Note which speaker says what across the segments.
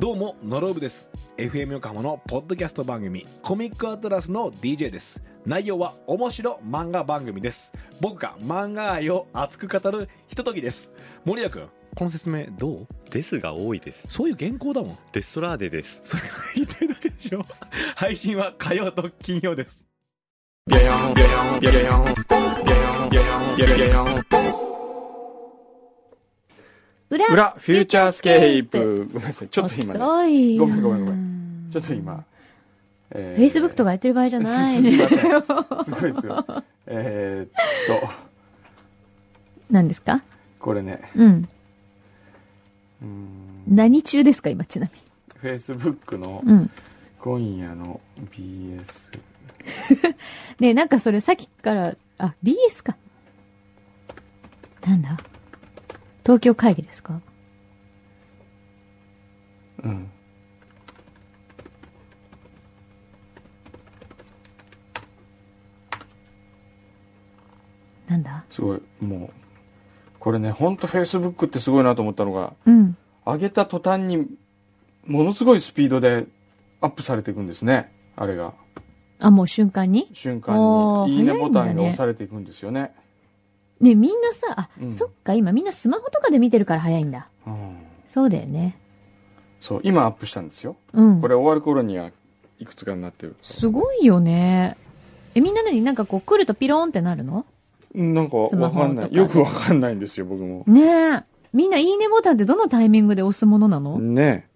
Speaker 1: どうもノロブです FM 横浜のポッドキャスト番組コミックアトラスの DJ です内容は面白漫画番組です僕が漫画愛を熱く語るひとときです森谷君この説明どう
Speaker 2: ですが多いです。
Speaker 1: そういう原稿だもん
Speaker 2: デストラーデです。
Speaker 1: それが言いたいだけでしょ配信は火曜と金曜です
Speaker 3: Yeah, yeah, yeah, yeah, yeah, yeah, yeah.
Speaker 4: 裏
Speaker 3: 裏、フューチャースケープ。ごめんなさい、ちょっと今ね、
Speaker 4: 遅い
Speaker 3: ごめんごめんごめ
Speaker 4: ん
Speaker 3: ちょっと今、え
Speaker 4: フェイスブックと
Speaker 3: か
Speaker 4: かやってる場合じゃな い
Speaker 3: すい
Speaker 4: ね
Speaker 3: ません。すごいですよ。えーっと、
Speaker 4: 何ですか
Speaker 3: これね、
Speaker 4: うん
Speaker 3: うーん、
Speaker 4: 何中ですか今ちな
Speaker 3: フェイスブックの
Speaker 4: みにうん
Speaker 3: 今夜の BS。
Speaker 4: ねえなんかそれさっきからあ BS かなんだ東京会議ですか
Speaker 3: うん。
Speaker 4: なんだ
Speaker 3: すごい、もう、これね、ほんとフェイスブックってすごいなと思ったのが、
Speaker 4: うん
Speaker 3: 上げた途端に、ものすごいスピードでアップされていくんですね。あれが。
Speaker 4: あもう瞬間に
Speaker 3: 瞬間
Speaker 4: おー
Speaker 3: に、いいね
Speaker 4: 早い
Speaker 3: ボ
Speaker 4: んだ
Speaker 3: タ
Speaker 4: ね
Speaker 3: ンが押されていくんですよね。
Speaker 4: ねえみんなさあ、
Speaker 3: うん
Speaker 4: そっか今みんなスマホとかで見てるから早いんだ
Speaker 3: うん。
Speaker 4: そうだよね
Speaker 3: そう、今アップしたんですよ。
Speaker 4: うん
Speaker 3: これ終わる頃には、いくつかになってる。
Speaker 4: すごいよねえみんな何なんかこう来るとピローンってなるの
Speaker 3: なんか、
Speaker 4: スマ
Speaker 3: わ
Speaker 4: ホ
Speaker 3: かん
Speaker 4: と
Speaker 3: な
Speaker 4: か
Speaker 3: い。よくわかんないんですよ、僕も。
Speaker 4: ねえ。みんな、いいねボタンってどのタイミングで押すものなの、
Speaker 3: ね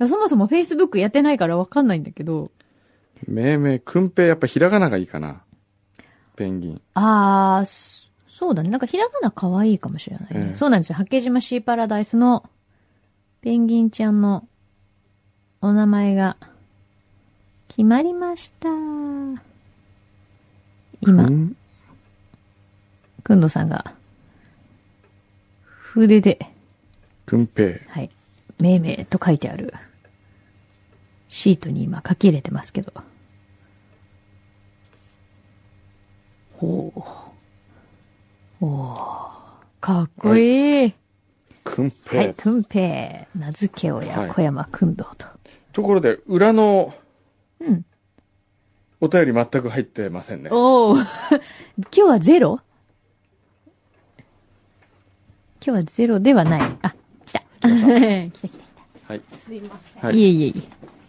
Speaker 4: そもそも Facebook やってないからわかんないんだけど。
Speaker 3: え。命名、くんぺい、やっぱひらがながいいかな。ペンギン。
Speaker 4: あー、そそうだね。なんかひらがな可愛いかもしれないね。
Speaker 3: ええ
Speaker 4: そうなんですよ。八景島シーパラダイスのペンギンちゃんのお名前が決まりました。今
Speaker 3: く、ん
Speaker 4: くんどさんが筆で
Speaker 3: くんぺい。
Speaker 4: はい。めいめいと書いてあるシートに今書き入れてますけど。おお。おお。かっこいい。
Speaker 3: くんぺい。
Speaker 4: はい、くんぺい。名付け
Speaker 3: はい
Speaker 4: 親、小山くんどうと。
Speaker 3: ところで、裏の
Speaker 4: うん。
Speaker 3: お便り全く入ってませんね。
Speaker 4: お お。今日はゼロ今日はゼロではない。あ、来た。 来た来た来
Speaker 3: はい。
Speaker 4: た。
Speaker 3: はい
Speaker 4: いえいえい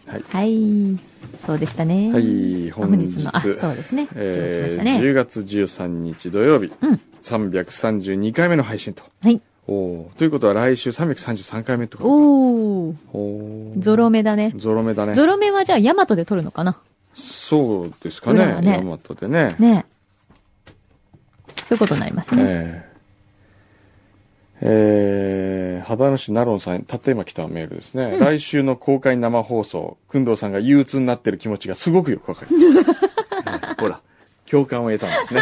Speaker 4: え。
Speaker 3: はい
Speaker 4: はい。そうでしたね。
Speaker 3: はい、本
Speaker 4: 本
Speaker 3: 日
Speaker 4: 日の、あ、そうですね。
Speaker 3: えー
Speaker 4: 来ましたね。
Speaker 3: 10月13日土曜日、
Speaker 4: うん
Speaker 3: 332回目の配信と。
Speaker 4: はい
Speaker 3: おーということは来週333回目ってこと
Speaker 4: おー、
Speaker 3: か。おー
Speaker 4: ゾロ。目だね。
Speaker 3: ゾロ目だね。
Speaker 4: ゾロ目はじゃあ、ヤマトで撮るのかな
Speaker 3: そうですか
Speaker 4: 裏は
Speaker 3: ね。
Speaker 4: ね
Speaker 3: ヤマトでね。
Speaker 4: ねえそういうことになりますね。
Speaker 3: えーえー、秦野市ナロンさん、たった今来たメールですね。
Speaker 4: うん
Speaker 3: 来週の公開生放送、工藤さんが憂鬱になってる気持ちがすごくよくわかり ます、えーほら、共感を得たんですね。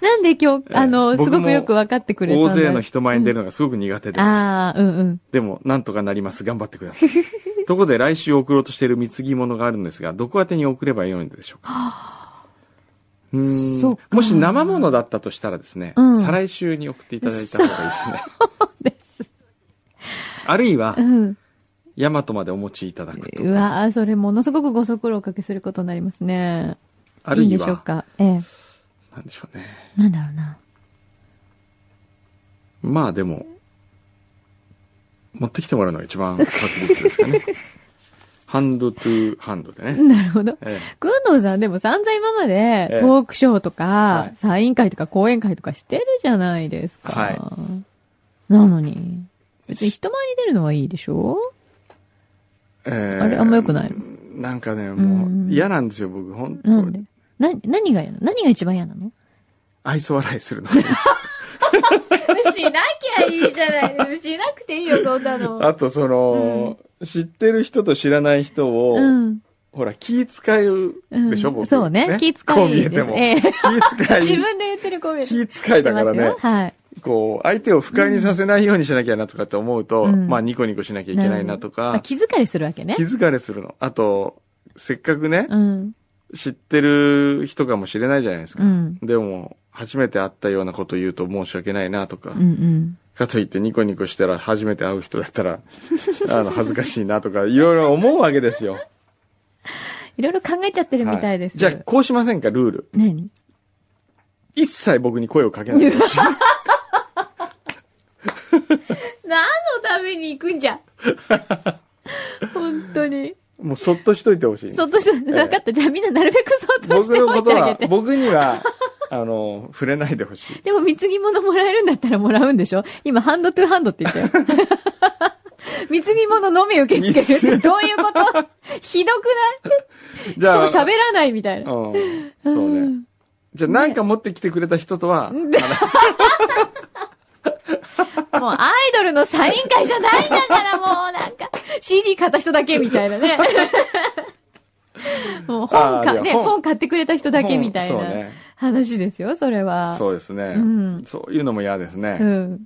Speaker 4: なんで今日、
Speaker 3: えー
Speaker 4: あの、す
Speaker 3: 僕も
Speaker 4: ごくよく分かってくれたんだ
Speaker 3: 大勢の人前に出るのがすごく苦手です。
Speaker 4: ああ、うんうん。
Speaker 3: でも、なんとかなります。頑張ってく ださい。ところで来週送ろうとしている貢ぎ物があるんですが、どこ宛てに送ればよいのでしょうか。うー
Speaker 4: そ
Speaker 3: ん
Speaker 4: うか
Speaker 3: もし生ものだったとしたらですね、
Speaker 4: うん
Speaker 3: 再来週に送っていただいた方がいいですね。
Speaker 4: です。
Speaker 3: あるいは
Speaker 4: う、ん。
Speaker 3: ヤマトまでお持ちいただくと。
Speaker 4: うわーそれものすごくご足労をおかけすることになりますね。
Speaker 3: あ
Speaker 4: い
Speaker 3: る
Speaker 4: いん
Speaker 3: い
Speaker 4: でしょう
Speaker 3: は、
Speaker 4: か。ええ。
Speaker 3: なんでしょうね。
Speaker 4: なんだろうな。
Speaker 3: まあでも、持ってきてもらうのが一番確実ですかね。ハンドトゥハンドでね。
Speaker 4: なるほど。
Speaker 3: え
Speaker 4: くんどうさんでも散々今ま
Speaker 3: ええ
Speaker 4: でトークショーと
Speaker 3: は
Speaker 4: か
Speaker 3: い、
Speaker 4: サイン会とか講演会とかしてるじゃないですか。
Speaker 3: はい
Speaker 4: なのに。別に人前に出るのはいいでしょ
Speaker 3: ええ
Speaker 4: あれあんま良くないの
Speaker 3: なんかね、も
Speaker 4: う
Speaker 3: うん嫌なんですよ、僕。本当
Speaker 4: なんでな、何が嫌なの何が一番嫌なの
Speaker 3: 愛想笑いす るの。
Speaker 4: しなきゃいいじゃないしなくていいよ、そんなの。
Speaker 3: あと、その、知ってる人と知らない人を、
Speaker 4: うん。
Speaker 3: ほら、気使う
Speaker 4: うん
Speaker 3: でしょ、僕。
Speaker 4: そうね。気
Speaker 3: こ
Speaker 4: 遣
Speaker 3: う見
Speaker 4: い
Speaker 3: え
Speaker 4: で
Speaker 3: て
Speaker 4: す。
Speaker 3: も。
Speaker 4: ええ。
Speaker 3: 気遣い。
Speaker 4: 自分で言ってるコメント。
Speaker 3: 気遣いだから
Speaker 4: 言っ
Speaker 3: ね
Speaker 4: て、ますよはい。
Speaker 3: こう、相手を不快にさせないようにしなきゃなとかって思うと、
Speaker 4: うん
Speaker 3: まあ、ニコニコしなきゃいけないなと
Speaker 4: まあ
Speaker 3: か、
Speaker 4: 気遣いするわけね
Speaker 3: 気。疲れするの。あと、せっかくね、
Speaker 4: うん。
Speaker 3: 知ってる人かもしれないじゃないです
Speaker 4: う
Speaker 3: か。
Speaker 4: ん。
Speaker 3: でも、初めて会ったようなこと言うと申し訳ないなとか、
Speaker 4: うんうん。
Speaker 3: かといってニコニコしたら初めて会う人だったら、 あの、恥ずかしいなとか、いろいろ思うわけです よ。
Speaker 4: いろいろ考えちゃってるみたいです。
Speaker 3: はじゃあ、こうしませんか、ルール。
Speaker 4: 何
Speaker 3: 一切僕に声をかけないでほしい。
Speaker 4: 何のために行くん じゃ。本当に。
Speaker 3: もうそっとしといてほしい。
Speaker 4: そっとして、なかった。じゃあみんななるべくそっとし
Speaker 3: 僕
Speaker 4: て
Speaker 3: の
Speaker 4: お
Speaker 3: こ
Speaker 4: い
Speaker 3: と
Speaker 4: てあげ
Speaker 3: は
Speaker 4: て、。
Speaker 3: 僕には、 あの、触れないでほしい。
Speaker 4: でも貢ぎ物もらえるんだったらもらうんでしょ今、ハンドトゥハンドって言っ たよ。貢ぎ物のみ受け付けるってどういうこと ひどく
Speaker 3: じ
Speaker 4: ない
Speaker 3: ゃあ、
Speaker 4: しかも喋らないみたいな。
Speaker 3: うん。そうね。
Speaker 4: ん
Speaker 3: じゃあ、なんか持ってきてくれた人と は、
Speaker 4: うんもうアイドルのサイン会じゃないんだから、もうなんか、CD 買った人だけみたい なね。もう本
Speaker 3: あーい
Speaker 4: か、
Speaker 3: や
Speaker 4: ね、
Speaker 3: 本
Speaker 4: 本買ってくれた人だけみたい
Speaker 3: そう
Speaker 4: な
Speaker 3: ね。
Speaker 4: 話ですよ、それは。
Speaker 3: そうですね。
Speaker 4: うん
Speaker 3: そういうのも嫌です
Speaker 4: う
Speaker 3: ね。
Speaker 4: ん。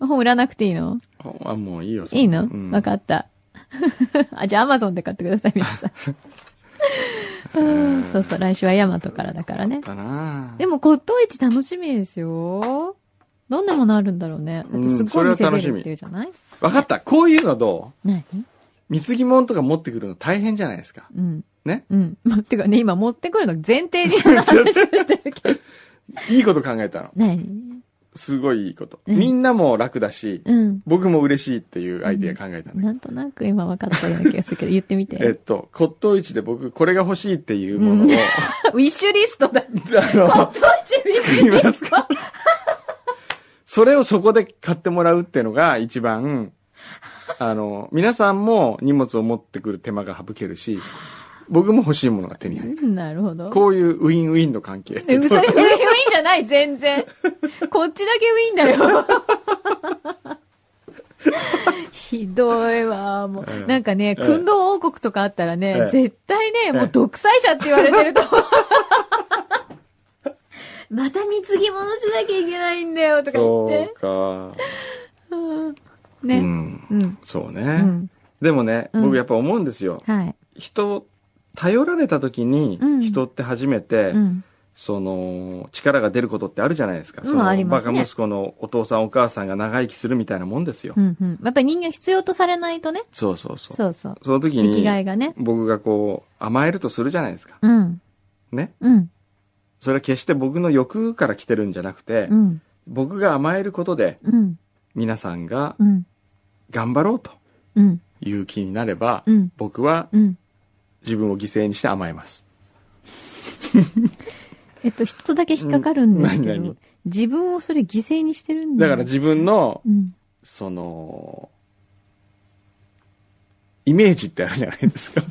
Speaker 4: 本売らなくていいの
Speaker 3: あ、もういいよ。それ
Speaker 4: いいのわ、
Speaker 3: うん
Speaker 4: かった。 あ、じゃあアマゾンで買ってください、皆さん。うん そうそう、来週はヤマトからだからね。
Speaker 3: だな
Speaker 4: でも骨董市楽しみですよ。どんなものあるんだろうね。だってす
Speaker 3: うんそ
Speaker 4: ごい
Speaker 3: れは
Speaker 4: 店出
Speaker 3: 楽しみ
Speaker 4: るっていうじゃない
Speaker 3: わかった。こういうのどう
Speaker 4: 何
Speaker 3: 貢ぎ物とか持ってくるの大変じゃないですか。
Speaker 4: うん。
Speaker 3: ね
Speaker 4: うん。ま、てかね、今持ってくるの前提に話をして るけど。
Speaker 3: いいこと考えたの。
Speaker 4: 何
Speaker 3: すごいいいこと。
Speaker 4: うん
Speaker 3: みんなも楽だし、
Speaker 4: うん。
Speaker 3: 僕も嬉しいっていうアイディア考えたんだけど
Speaker 4: なんとなく今分かったような気がするけど、言ってみて。
Speaker 3: えっと、骨董市で僕、これが欲しいっていうものを、
Speaker 4: う ん
Speaker 3: あ
Speaker 4: ウィッシュリス トだ。
Speaker 3: の、
Speaker 4: 骨董市ウィッシ
Speaker 3: 作り
Speaker 4: ュ
Speaker 3: ま
Speaker 4: リ
Speaker 3: す
Speaker 4: スト。
Speaker 3: それをそこで買ってもらうっていうのが一番、あの、皆さんも荷物を持ってくる手間が省けるし、僕も欲しいものが手に入る。
Speaker 4: うん なるほど。
Speaker 3: こういうウィンウィンの関係って
Speaker 4: え
Speaker 3: いう
Speaker 4: それウィンウィンじゃない、全然。こっちだけウィンだよ。 ひどいわ、も
Speaker 3: え
Speaker 4: う。
Speaker 3: え
Speaker 4: なんか
Speaker 3: え
Speaker 4: ね、
Speaker 3: え
Speaker 4: 訓導王国とかあったら
Speaker 3: え
Speaker 4: ね
Speaker 3: え、
Speaker 4: 絶対ね、も
Speaker 3: え
Speaker 4: う
Speaker 3: え
Speaker 4: 独裁者って言われて ると思う。また貢ぎ物しなきゃいけないんだよ、とか言
Speaker 3: そ
Speaker 4: って
Speaker 3: うか。
Speaker 4: うん。
Speaker 3: う
Speaker 4: ね。
Speaker 3: ん。
Speaker 4: うん。
Speaker 3: そうね。
Speaker 4: うん。
Speaker 3: でもね、
Speaker 4: うん
Speaker 3: 僕やっぱ思うんですよ。
Speaker 4: はい。
Speaker 3: 人、頼られた時に
Speaker 4: うん、
Speaker 3: 人って初めて、
Speaker 4: うん。
Speaker 3: その、力が出ることってあるじゃないですか。
Speaker 4: うん
Speaker 3: その、
Speaker 4: ありま
Speaker 3: バ
Speaker 4: す
Speaker 3: カ
Speaker 4: ね
Speaker 3: 息子のお父さんお母さんが長生きするみたいなもんですよ。
Speaker 4: うん。うん。やっぱり人間必要とされないとね。
Speaker 3: そうそうそう。
Speaker 4: そうそう。
Speaker 3: その時
Speaker 4: 生きがい
Speaker 3: に、
Speaker 4: がね。
Speaker 3: 僕がこう、甘えるとするじゃないですか。
Speaker 4: うん。
Speaker 3: ね。
Speaker 4: うん。
Speaker 3: それは決して僕の欲から来てるんじゃなくて、
Speaker 4: うん。
Speaker 3: 僕が甘えることで、
Speaker 4: うん。
Speaker 3: 皆さんが
Speaker 4: うん。
Speaker 3: 頑張ろうと
Speaker 4: うん。
Speaker 3: いう気になれば、
Speaker 4: うん。
Speaker 3: 僕は
Speaker 4: うん。
Speaker 3: 自分を犠牲にして甘えます。
Speaker 4: えっと、一つだけ引っかかるんですけ
Speaker 3: うん
Speaker 4: ど
Speaker 3: 何、
Speaker 4: 自分をそれ犠牲にしてるんだ
Speaker 3: だから自分の、
Speaker 4: うん。
Speaker 3: その、イメージってあるじゃないです か。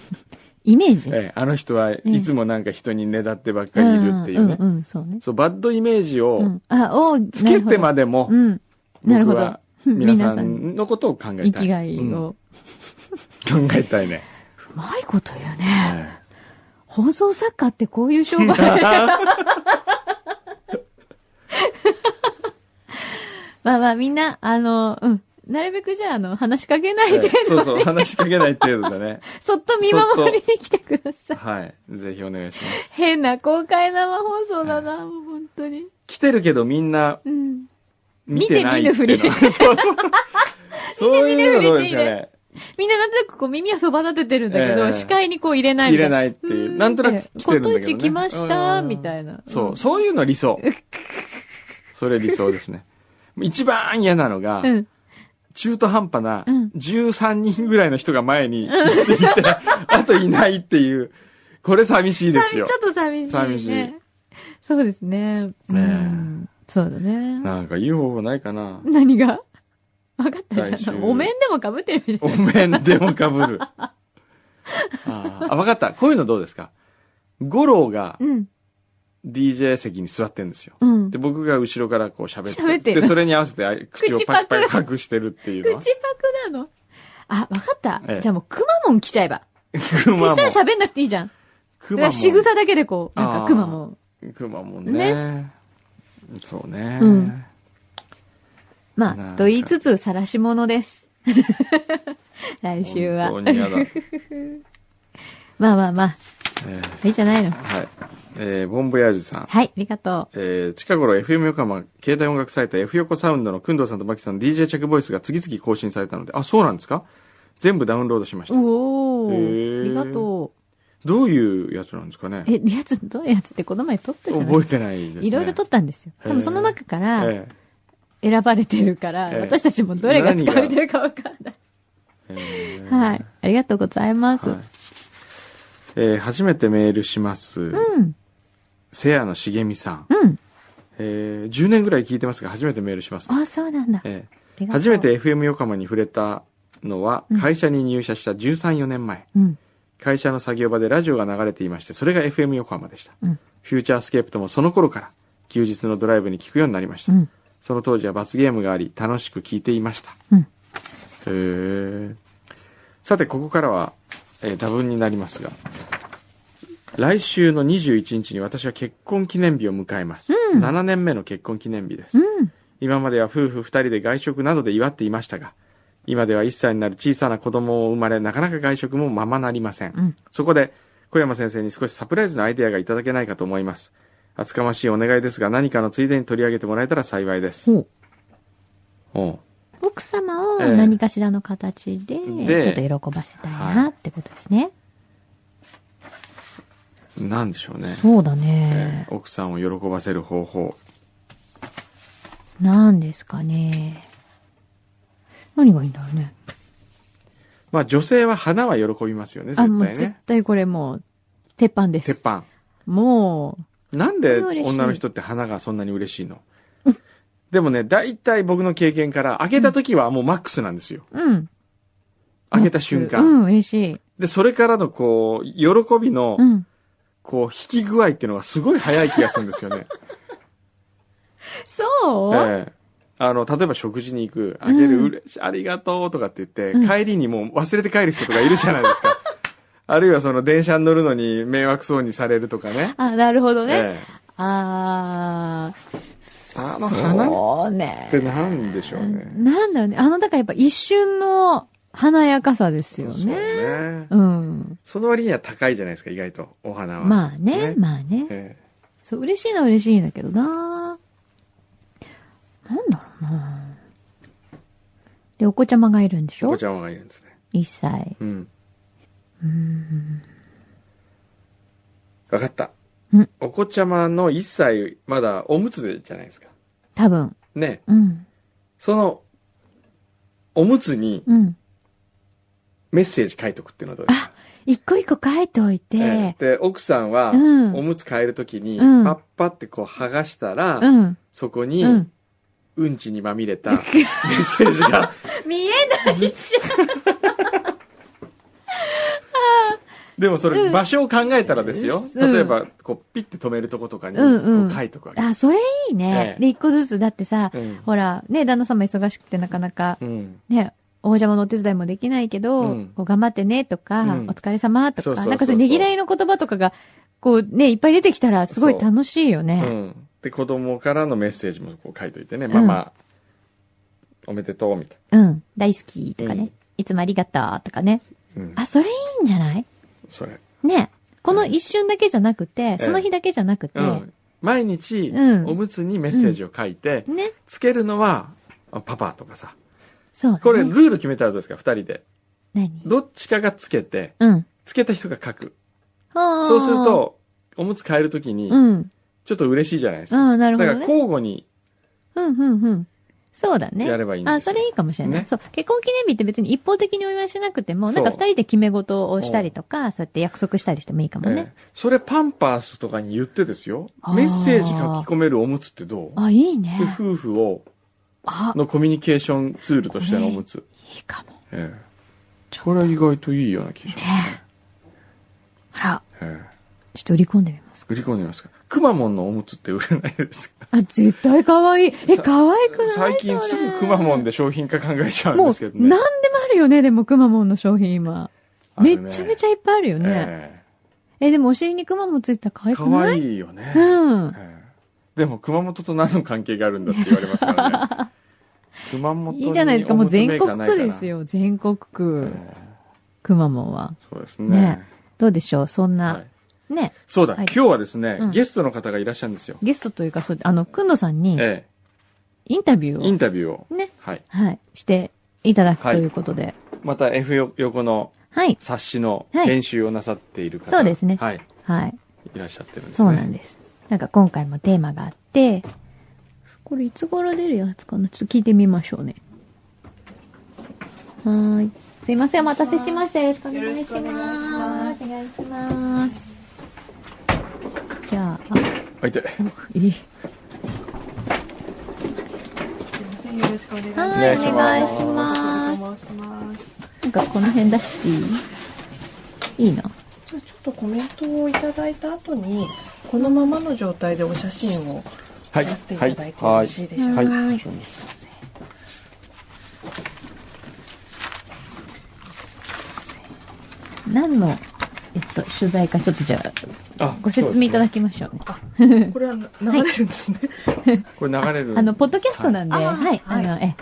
Speaker 4: イメージ
Speaker 3: ええ、あの人はい
Speaker 4: え
Speaker 3: つもなんか人にねだってばっかりいるっていううんね。
Speaker 4: うん、そうね。
Speaker 3: そう、バッドイメージ
Speaker 4: う
Speaker 3: を
Speaker 4: ん。あ、おう
Speaker 3: つけてま
Speaker 4: で。
Speaker 3: でも
Speaker 4: う、ん。なるほ
Speaker 3: 僕
Speaker 4: ど
Speaker 3: は。皆
Speaker 4: 皆
Speaker 3: さ
Speaker 4: さん、
Speaker 3: んのことを考えたい。
Speaker 4: 生きがい
Speaker 3: うん
Speaker 4: を。
Speaker 3: 考えたい ね。
Speaker 4: うまいこと言うね。
Speaker 3: え
Speaker 4: 放送作家ってこういう 商売。まあまあ、みんな、あの、うん。なるべくじゃあ、あの、話しかけない
Speaker 3: え
Speaker 4: で、
Speaker 3: そうそう、話しかけない程度でね。
Speaker 4: そっと見守りに来てください。
Speaker 3: はい。ぜひお願いします。
Speaker 4: 変な公開生放送だな、もう本当に。
Speaker 3: 来てるけどみんな
Speaker 4: うん。
Speaker 3: 見てないっていうの
Speaker 4: 見 て見
Speaker 3: そうそう。そういうのどうですか
Speaker 4: 見て見
Speaker 3: ね。
Speaker 4: みんななんとなくこう耳はそば立ててるんだけど、
Speaker 3: ええ
Speaker 4: 視界にこう入れない
Speaker 3: 入れ
Speaker 4: みたいな。
Speaker 3: ないっていうう。なんとなく来てるんだけど、ね。
Speaker 4: ええ骨董市来ました、
Speaker 3: うん
Speaker 4: みたいな。
Speaker 3: そう、そういうの理 想。それ理想ですね。一番嫌なのが、
Speaker 4: うん。うん。
Speaker 3: 中途半端な
Speaker 4: うん
Speaker 3: 13人ぐらいの人が前に行っていて、 あといないっていう、これ寂しいで
Speaker 4: 寂
Speaker 3: す
Speaker 4: ちょ
Speaker 3: よ。
Speaker 4: っと寂しいね。
Speaker 3: 寂しい
Speaker 4: そうですね。うん。そうだね。
Speaker 3: なんかいい方法ないかな。
Speaker 4: 何が分かった
Speaker 3: 来
Speaker 4: じゃ
Speaker 3: 週
Speaker 4: ん。お面でも被ってるみたい
Speaker 3: お面でもかぶ る。あーあ、わかった。こういうのどうですか五郎が
Speaker 4: な。うん。
Speaker 3: DJ 席に座ってんですよ。
Speaker 4: うん。
Speaker 3: で、僕が後ろからこう喋って。
Speaker 4: 喋ってる
Speaker 3: で、それに合わせてあ 口をパクパクパクしてるっていう
Speaker 4: 口
Speaker 3: の
Speaker 4: パ
Speaker 3: は。
Speaker 4: クなのあ、分かった。
Speaker 3: ええ
Speaker 4: じゃあもうくまモン来ちゃえば。
Speaker 3: く
Speaker 4: そし
Speaker 3: ま
Speaker 4: た
Speaker 3: モ
Speaker 4: ら
Speaker 3: ン。
Speaker 4: 喋んなくていいじゃん。
Speaker 3: く
Speaker 4: だから仕草だけでこう、なん
Speaker 3: あ
Speaker 4: か
Speaker 3: ー
Speaker 4: くまモン。
Speaker 3: くまモンね。そうね。
Speaker 4: うんま
Speaker 3: な
Speaker 4: あ、
Speaker 3: ん
Speaker 4: と
Speaker 3: か
Speaker 4: 言いつつ、晒し 者です。来週は。
Speaker 3: 本当に嫌だ。え
Speaker 4: まあまあまあ、
Speaker 3: え
Speaker 4: いいじゃないの。
Speaker 3: はい。えーボンボヤージュさん。
Speaker 4: はい、ありがと
Speaker 3: えー近頃 FM 横浜携帯音楽サイト F 横サウンドのくんどうさんとバキさん DJ チェックボイスが次々更新されたので、あ、そうなんですか全部ダウンロードしまし
Speaker 4: う。
Speaker 3: た。
Speaker 4: お
Speaker 3: へ
Speaker 4: ー。
Speaker 3: ー
Speaker 4: ありがとう。
Speaker 3: どういうやつなんですかね
Speaker 4: え、やつ、どういうやつってこの前撮ったじゃない
Speaker 3: 覚えてないですね。
Speaker 4: いろいろ撮ったんですよ。多分その中から
Speaker 3: え
Speaker 4: 選ばれてるから、
Speaker 3: ええ
Speaker 4: 私たちもどれが使われてるかわかんない。
Speaker 3: えええ
Speaker 4: はい。ありがとうございます。
Speaker 3: はいえー初めてメールします。
Speaker 4: うん、
Speaker 3: せやのしげみさん。
Speaker 4: うん。
Speaker 3: えー10年ぐらい聞いてますが、初めてメールします。
Speaker 4: あ、そうなんだ。あ
Speaker 3: えー
Speaker 4: りがとう
Speaker 3: 初め。て FM 横浜に触れたのは
Speaker 4: うん、
Speaker 3: 会社に入社した13、4年前。
Speaker 4: うん。
Speaker 3: 会社の作業場でラジオが流れていまして、それが FM 横浜でした。
Speaker 4: うん
Speaker 3: フューチャースケープともその頃から、休日のドライブに聞くようになりました。
Speaker 4: うん。
Speaker 3: その当時は罰ゲームがあり、楽しく聞いていました。
Speaker 4: うん
Speaker 3: へえ。さて、ここからは、えー、多分になりますが、来週の21日に私は結婚記念日を迎えます。
Speaker 4: うん
Speaker 3: 7年目の結婚記念日です。
Speaker 4: うん。
Speaker 3: 今までは夫婦2人で外食などで祝っていましたが、今では1歳になる小さな子供を生まれ、なかなか外食もままなりません。
Speaker 4: うん
Speaker 3: そこで、小山先生に少しサプライズのアイデアがいただけないかと思います。厚かましいお願いですが、何かのついでに取り上げてもらえたら幸いです。
Speaker 4: ほう
Speaker 3: おう
Speaker 4: 奥様を
Speaker 3: ええ
Speaker 4: 何かしらの形で、
Speaker 3: で
Speaker 4: ちょっと喜ばせたい
Speaker 3: はい
Speaker 4: なってことですね。
Speaker 3: なんでしょうね。
Speaker 4: そうだ
Speaker 3: え
Speaker 4: ね。
Speaker 3: ー奥さんを喜ばせる方法。
Speaker 4: 何ですかね。何がいいんだろうね。
Speaker 3: まあ女性は花は喜びますよね、絶
Speaker 4: あ、
Speaker 3: 対
Speaker 4: もう絶
Speaker 3: ね。
Speaker 4: 対これもう、鉄板です。
Speaker 3: 鉄。板。
Speaker 4: も
Speaker 3: なんで
Speaker 4: これ嬉しい
Speaker 3: 女の人って花がそんなに嬉しいのでもね、大体僕の経験から、開けた時はもうマックスなんですよ。
Speaker 4: う、うん。
Speaker 3: 開けた瞬間。
Speaker 4: うん、嬉しい。
Speaker 3: で、それからのこう、喜びの
Speaker 4: う、ん。
Speaker 3: こう、引き具合っていうのがすごい早い気がするんですよね。
Speaker 4: そう、
Speaker 3: ええあの、例えば食事に行く、あげる、
Speaker 4: うん
Speaker 3: うれしい、ありがとうとかって言って、
Speaker 4: うん
Speaker 3: 帰りにもう忘れて帰る人とかいるじゃない ですか。あるいはその電車に乗るのに迷惑そうにされるとかね。
Speaker 4: あ、なるほどね。
Speaker 3: ええ
Speaker 4: あ
Speaker 3: あ
Speaker 4: ー。
Speaker 3: の花っ
Speaker 4: そうね。
Speaker 3: てなんでしょうね。
Speaker 4: なんだろうね。あの、だからやっぱ一瞬の華やかさですよ
Speaker 3: そう
Speaker 4: ね。
Speaker 3: ね。
Speaker 4: うん。
Speaker 3: その割には高いじゃないですか、意外と、お花は。
Speaker 4: まあね、
Speaker 3: ね
Speaker 4: まあね。
Speaker 3: ええ
Speaker 4: そう、嬉しいのは嬉しいんだけどななんだろうなで、お子ちゃまがいるんでし
Speaker 3: お
Speaker 4: ょ
Speaker 3: 子ちゃまがいるんですね。
Speaker 4: ?1 歳。
Speaker 3: うん。
Speaker 4: うーん。
Speaker 3: わかった
Speaker 4: うん。
Speaker 3: お子ちゃまの1歳、まだおむつでじゃないですか。
Speaker 4: 多分。
Speaker 3: ね。
Speaker 4: うん。
Speaker 3: その、おむつに
Speaker 4: うん。
Speaker 3: メッセージ書いとくっていうのはどうですか
Speaker 4: 一個一個書いておいて、
Speaker 3: ええで、奥さんは、
Speaker 4: うん
Speaker 3: おむつ変えるときに、
Speaker 4: うん
Speaker 3: パッパってこう剥がしたら、
Speaker 4: うん。
Speaker 3: そこに、
Speaker 4: う
Speaker 3: うん
Speaker 4: ん。、
Speaker 3: ちにまみれたメッセージ が、
Speaker 4: 見えないじ
Speaker 3: でもそれ
Speaker 4: うん
Speaker 3: 場所を考えたらですよ。
Speaker 4: うん
Speaker 3: 例えば、こう、ピッて止めるとことかに、こ
Speaker 4: うんうん
Speaker 3: う書いとくわ
Speaker 4: ゃ
Speaker 3: け。
Speaker 4: ん。あ、それいいね
Speaker 3: え。え
Speaker 4: で、一個ずつ、だってさ、
Speaker 3: うん
Speaker 4: ほら、ね、旦那様忙しくてなかなか、
Speaker 3: うん。
Speaker 4: ね、お邪魔のお手伝いもできないけど、
Speaker 3: うん
Speaker 4: こう頑張ってねとか、
Speaker 3: うん
Speaker 4: お疲れ様と
Speaker 3: そうそう
Speaker 4: か、
Speaker 3: そう
Speaker 4: なんかそういうねぎらいの言葉とかが、こうね、いっぱい出てきたらすごい楽しいよ
Speaker 3: う
Speaker 4: ね。
Speaker 3: ん。で、子供からのメッセージもこう書いといてね、
Speaker 4: ん
Speaker 3: ママ、おめでとう、みたい
Speaker 4: うん、大好きとかね、
Speaker 3: うん
Speaker 4: いつもありがとうとかね。
Speaker 3: な。うん。
Speaker 4: あ、それいいんじゃない
Speaker 3: それ。
Speaker 4: ね。この一瞬だけじゃなく
Speaker 3: え
Speaker 4: て、その日だけじゃなくて、
Speaker 3: うん。毎日、
Speaker 4: うん
Speaker 3: おむつにメッセージを書いて、
Speaker 4: ね。
Speaker 3: つけるのは、あパパとかさ。
Speaker 4: そう、ね。
Speaker 3: これ、ルール決めたらどうですか二人で。
Speaker 4: 何
Speaker 3: どっちかがつけて、
Speaker 4: うん。
Speaker 3: つけた人が書く。
Speaker 4: そ
Speaker 3: そうする、と、おむつ変えるときに
Speaker 4: う、ん。
Speaker 3: ちょっと嬉しいじゃないですか。
Speaker 4: ああ、なる
Speaker 3: だ
Speaker 4: ほ
Speaker 3: か
Speaker 4: ど
Speaker 3: ら
Speaker 4: ね。
Speaker 3: 交互に
Speaker 4: うん、うん、うん。そうだね。
Speaker 3: やればいいんですよ。
Speaker 4: あ、それいいかもしれない。
Speaker 3: ね
Speaker 4: そう。結婚記念日って別に一方的にお祝いしなくても、なんか
Speaker 3: そう
Speaker 4: 二人で決め事をしたりとか、そうやって約束したりしてもいいかもね。
Speaker 3: ええそれパンパースとかに言ってですよ
Speaker 4: あ。ー
Speaker 3: メッセージ書き込めるおむつってどう
Speaker 4: あ、いいね
Speaker 3: で。夫婦を、
Speaker 4: あ、
Speaker 3: のコミュニケーションツールとしてのおむつ。
Speaker 4: いいかも。
Speaker 3: ええ
Speaker 4: ちょっと
Speaker 3: これは意外といいような気がします
Speaker 4: ね
Speaker 3: ね。
Speaker 4: あら、
Speaker 3: ええ
Speaker 4: ちょっと売り込んでみます。
Speaker 3: 売り込んでみますか。くまモンのおむつって売れないですか
Speaker 4: あ、絶対可愛い。え、
Speaker 3: さ
Speaker 4: 可愛くない
Speaker 3: 最近すぐくまモンで
Speaker 4: で。
Speaker 3: 商品化考えちゃうん
Speaker 4: も
Speaker 3: で
Speaker 4: う、何
Speaker 3: す
Speaker 4: で
Speaker 3: けど
Speaker 4: も
Speaker 3: ね。
Speaker 4: あるよね、でも、くまモンの商品今。
Speaker 3: あれ
Speaker 4: め
Speaker 3: ね
Speaker 4: ちゃめちゃいっぱいあるよね。
Speaker 3: え
Speaker 4: え、でもお尻にくまモンついてたら可
Speaker 3: え
Speaker 4: 愛
Speaker 3: か
Speaker 4: くな
Speaker 3: わ
Speaker 4: い
Speaker 3: いいよね。
Speaker 4: うん
Speaker 3: ええでも熊本と何の関係があるんだって言われますから ね。熊本に
Speaker 4: いいじゃないですか。もう
Speaker 3: お
Speaker 4: 全国
Speaker 3: むつメーカーな
Speaker 4: 区
Speaker 3: い
Speaker 4: で
Speaker 3: か
Speaker 4: す
Speaker 3: ら。
Speaker 4: よ。全国区
Speaker 3: え。え
Speaker 4: くまモンは。
Speaker 3: そうですね。
Speaker 4: ねどうでしょうそんな
Speaker 3: はい
Speaker 4: ね、
Speaker 3: そうだ、
Speaker 4: はい
Speaker 3: 今日はですね、
Speaker 4: うん
Speaker 3: ゲストの方がいらっしゃるんですよ。
Speaker 4: ゲストというか、そう、あの、くんどさんに、
Speaker 3: え
Speaker 4: インタビュ
Speaker 3: え、イ
Speaker 4: ー
Speaker 3: ンタビューを。
Speaker 4: を、ね、
Speaker 3: はい。
Speaker 4: はい、していただく
Speaker 3: はい
Speaker 4: ということで。
Speaker 3: また F よ横の
Speaker 4: はい、
Speaker 3: 冊子の
Speaker 4: はい
Speaker 3: 編集をなさっている方、
Speaker 4: そうですね
Speaker 3: はい。
Speaker 4: はい、
Speaker 3: いらっしゃってるんですね。
Speaker 4: そうなんです。なんか今回もテーマがあって、これいつ頃出るやつかなちょっと聞いてみましょうね。はーい。すいません、お待たせしました。よろしくお願いします。お願いします。じゃあ、
Speaker 3: あ。痛い
Speaker 4: あ、いい。
Speaker 5: よろしくお願いします。
Speaker 4: はい、お
Speaker 3: お
Speaker 4: 願
Speaker 3: 願
Speaker 4: い
Speaker 3: い
Speaker 4: し
Speaker 3: し
Speaker 4: ます。
Speaker 5: お願いします。
Speaker 4: なんかこの辺だし、いいな。
Speaker 5: じゃあちょっとコメントをいただいた後に、このままの状態でお写真を
Speaker 3: はい。
Speaker 5: 出して
Speaker 3: は
Speaker 5: いた
Speaker 3: い
Speaker 5: だいて。よ
Speaker 3: は
Speaker 5: ろ
Speaker 3: い。
Speaker 5: しいでしょう
Speaker 3: は
Speaker 5: か。
Speaker 3: い
Speaker 4: はい
Speaker 3: そうです
Speaker 4: 何の、えっと、取材かちょっとじゃあ、
Speaker 3: あ
Speaker 4: ご説明いただ
Speaker 3: き。
Speaker 4: きましょうね。
Speaker 5: これはな流れるんですね。
Speaker 3: これ流れる。
Speaker 4: あの、ポッドキャストなんで、
Speaker 5: は
Speaker 4: はいい、
Speaker 5: あー
Speaker 4: あの、え、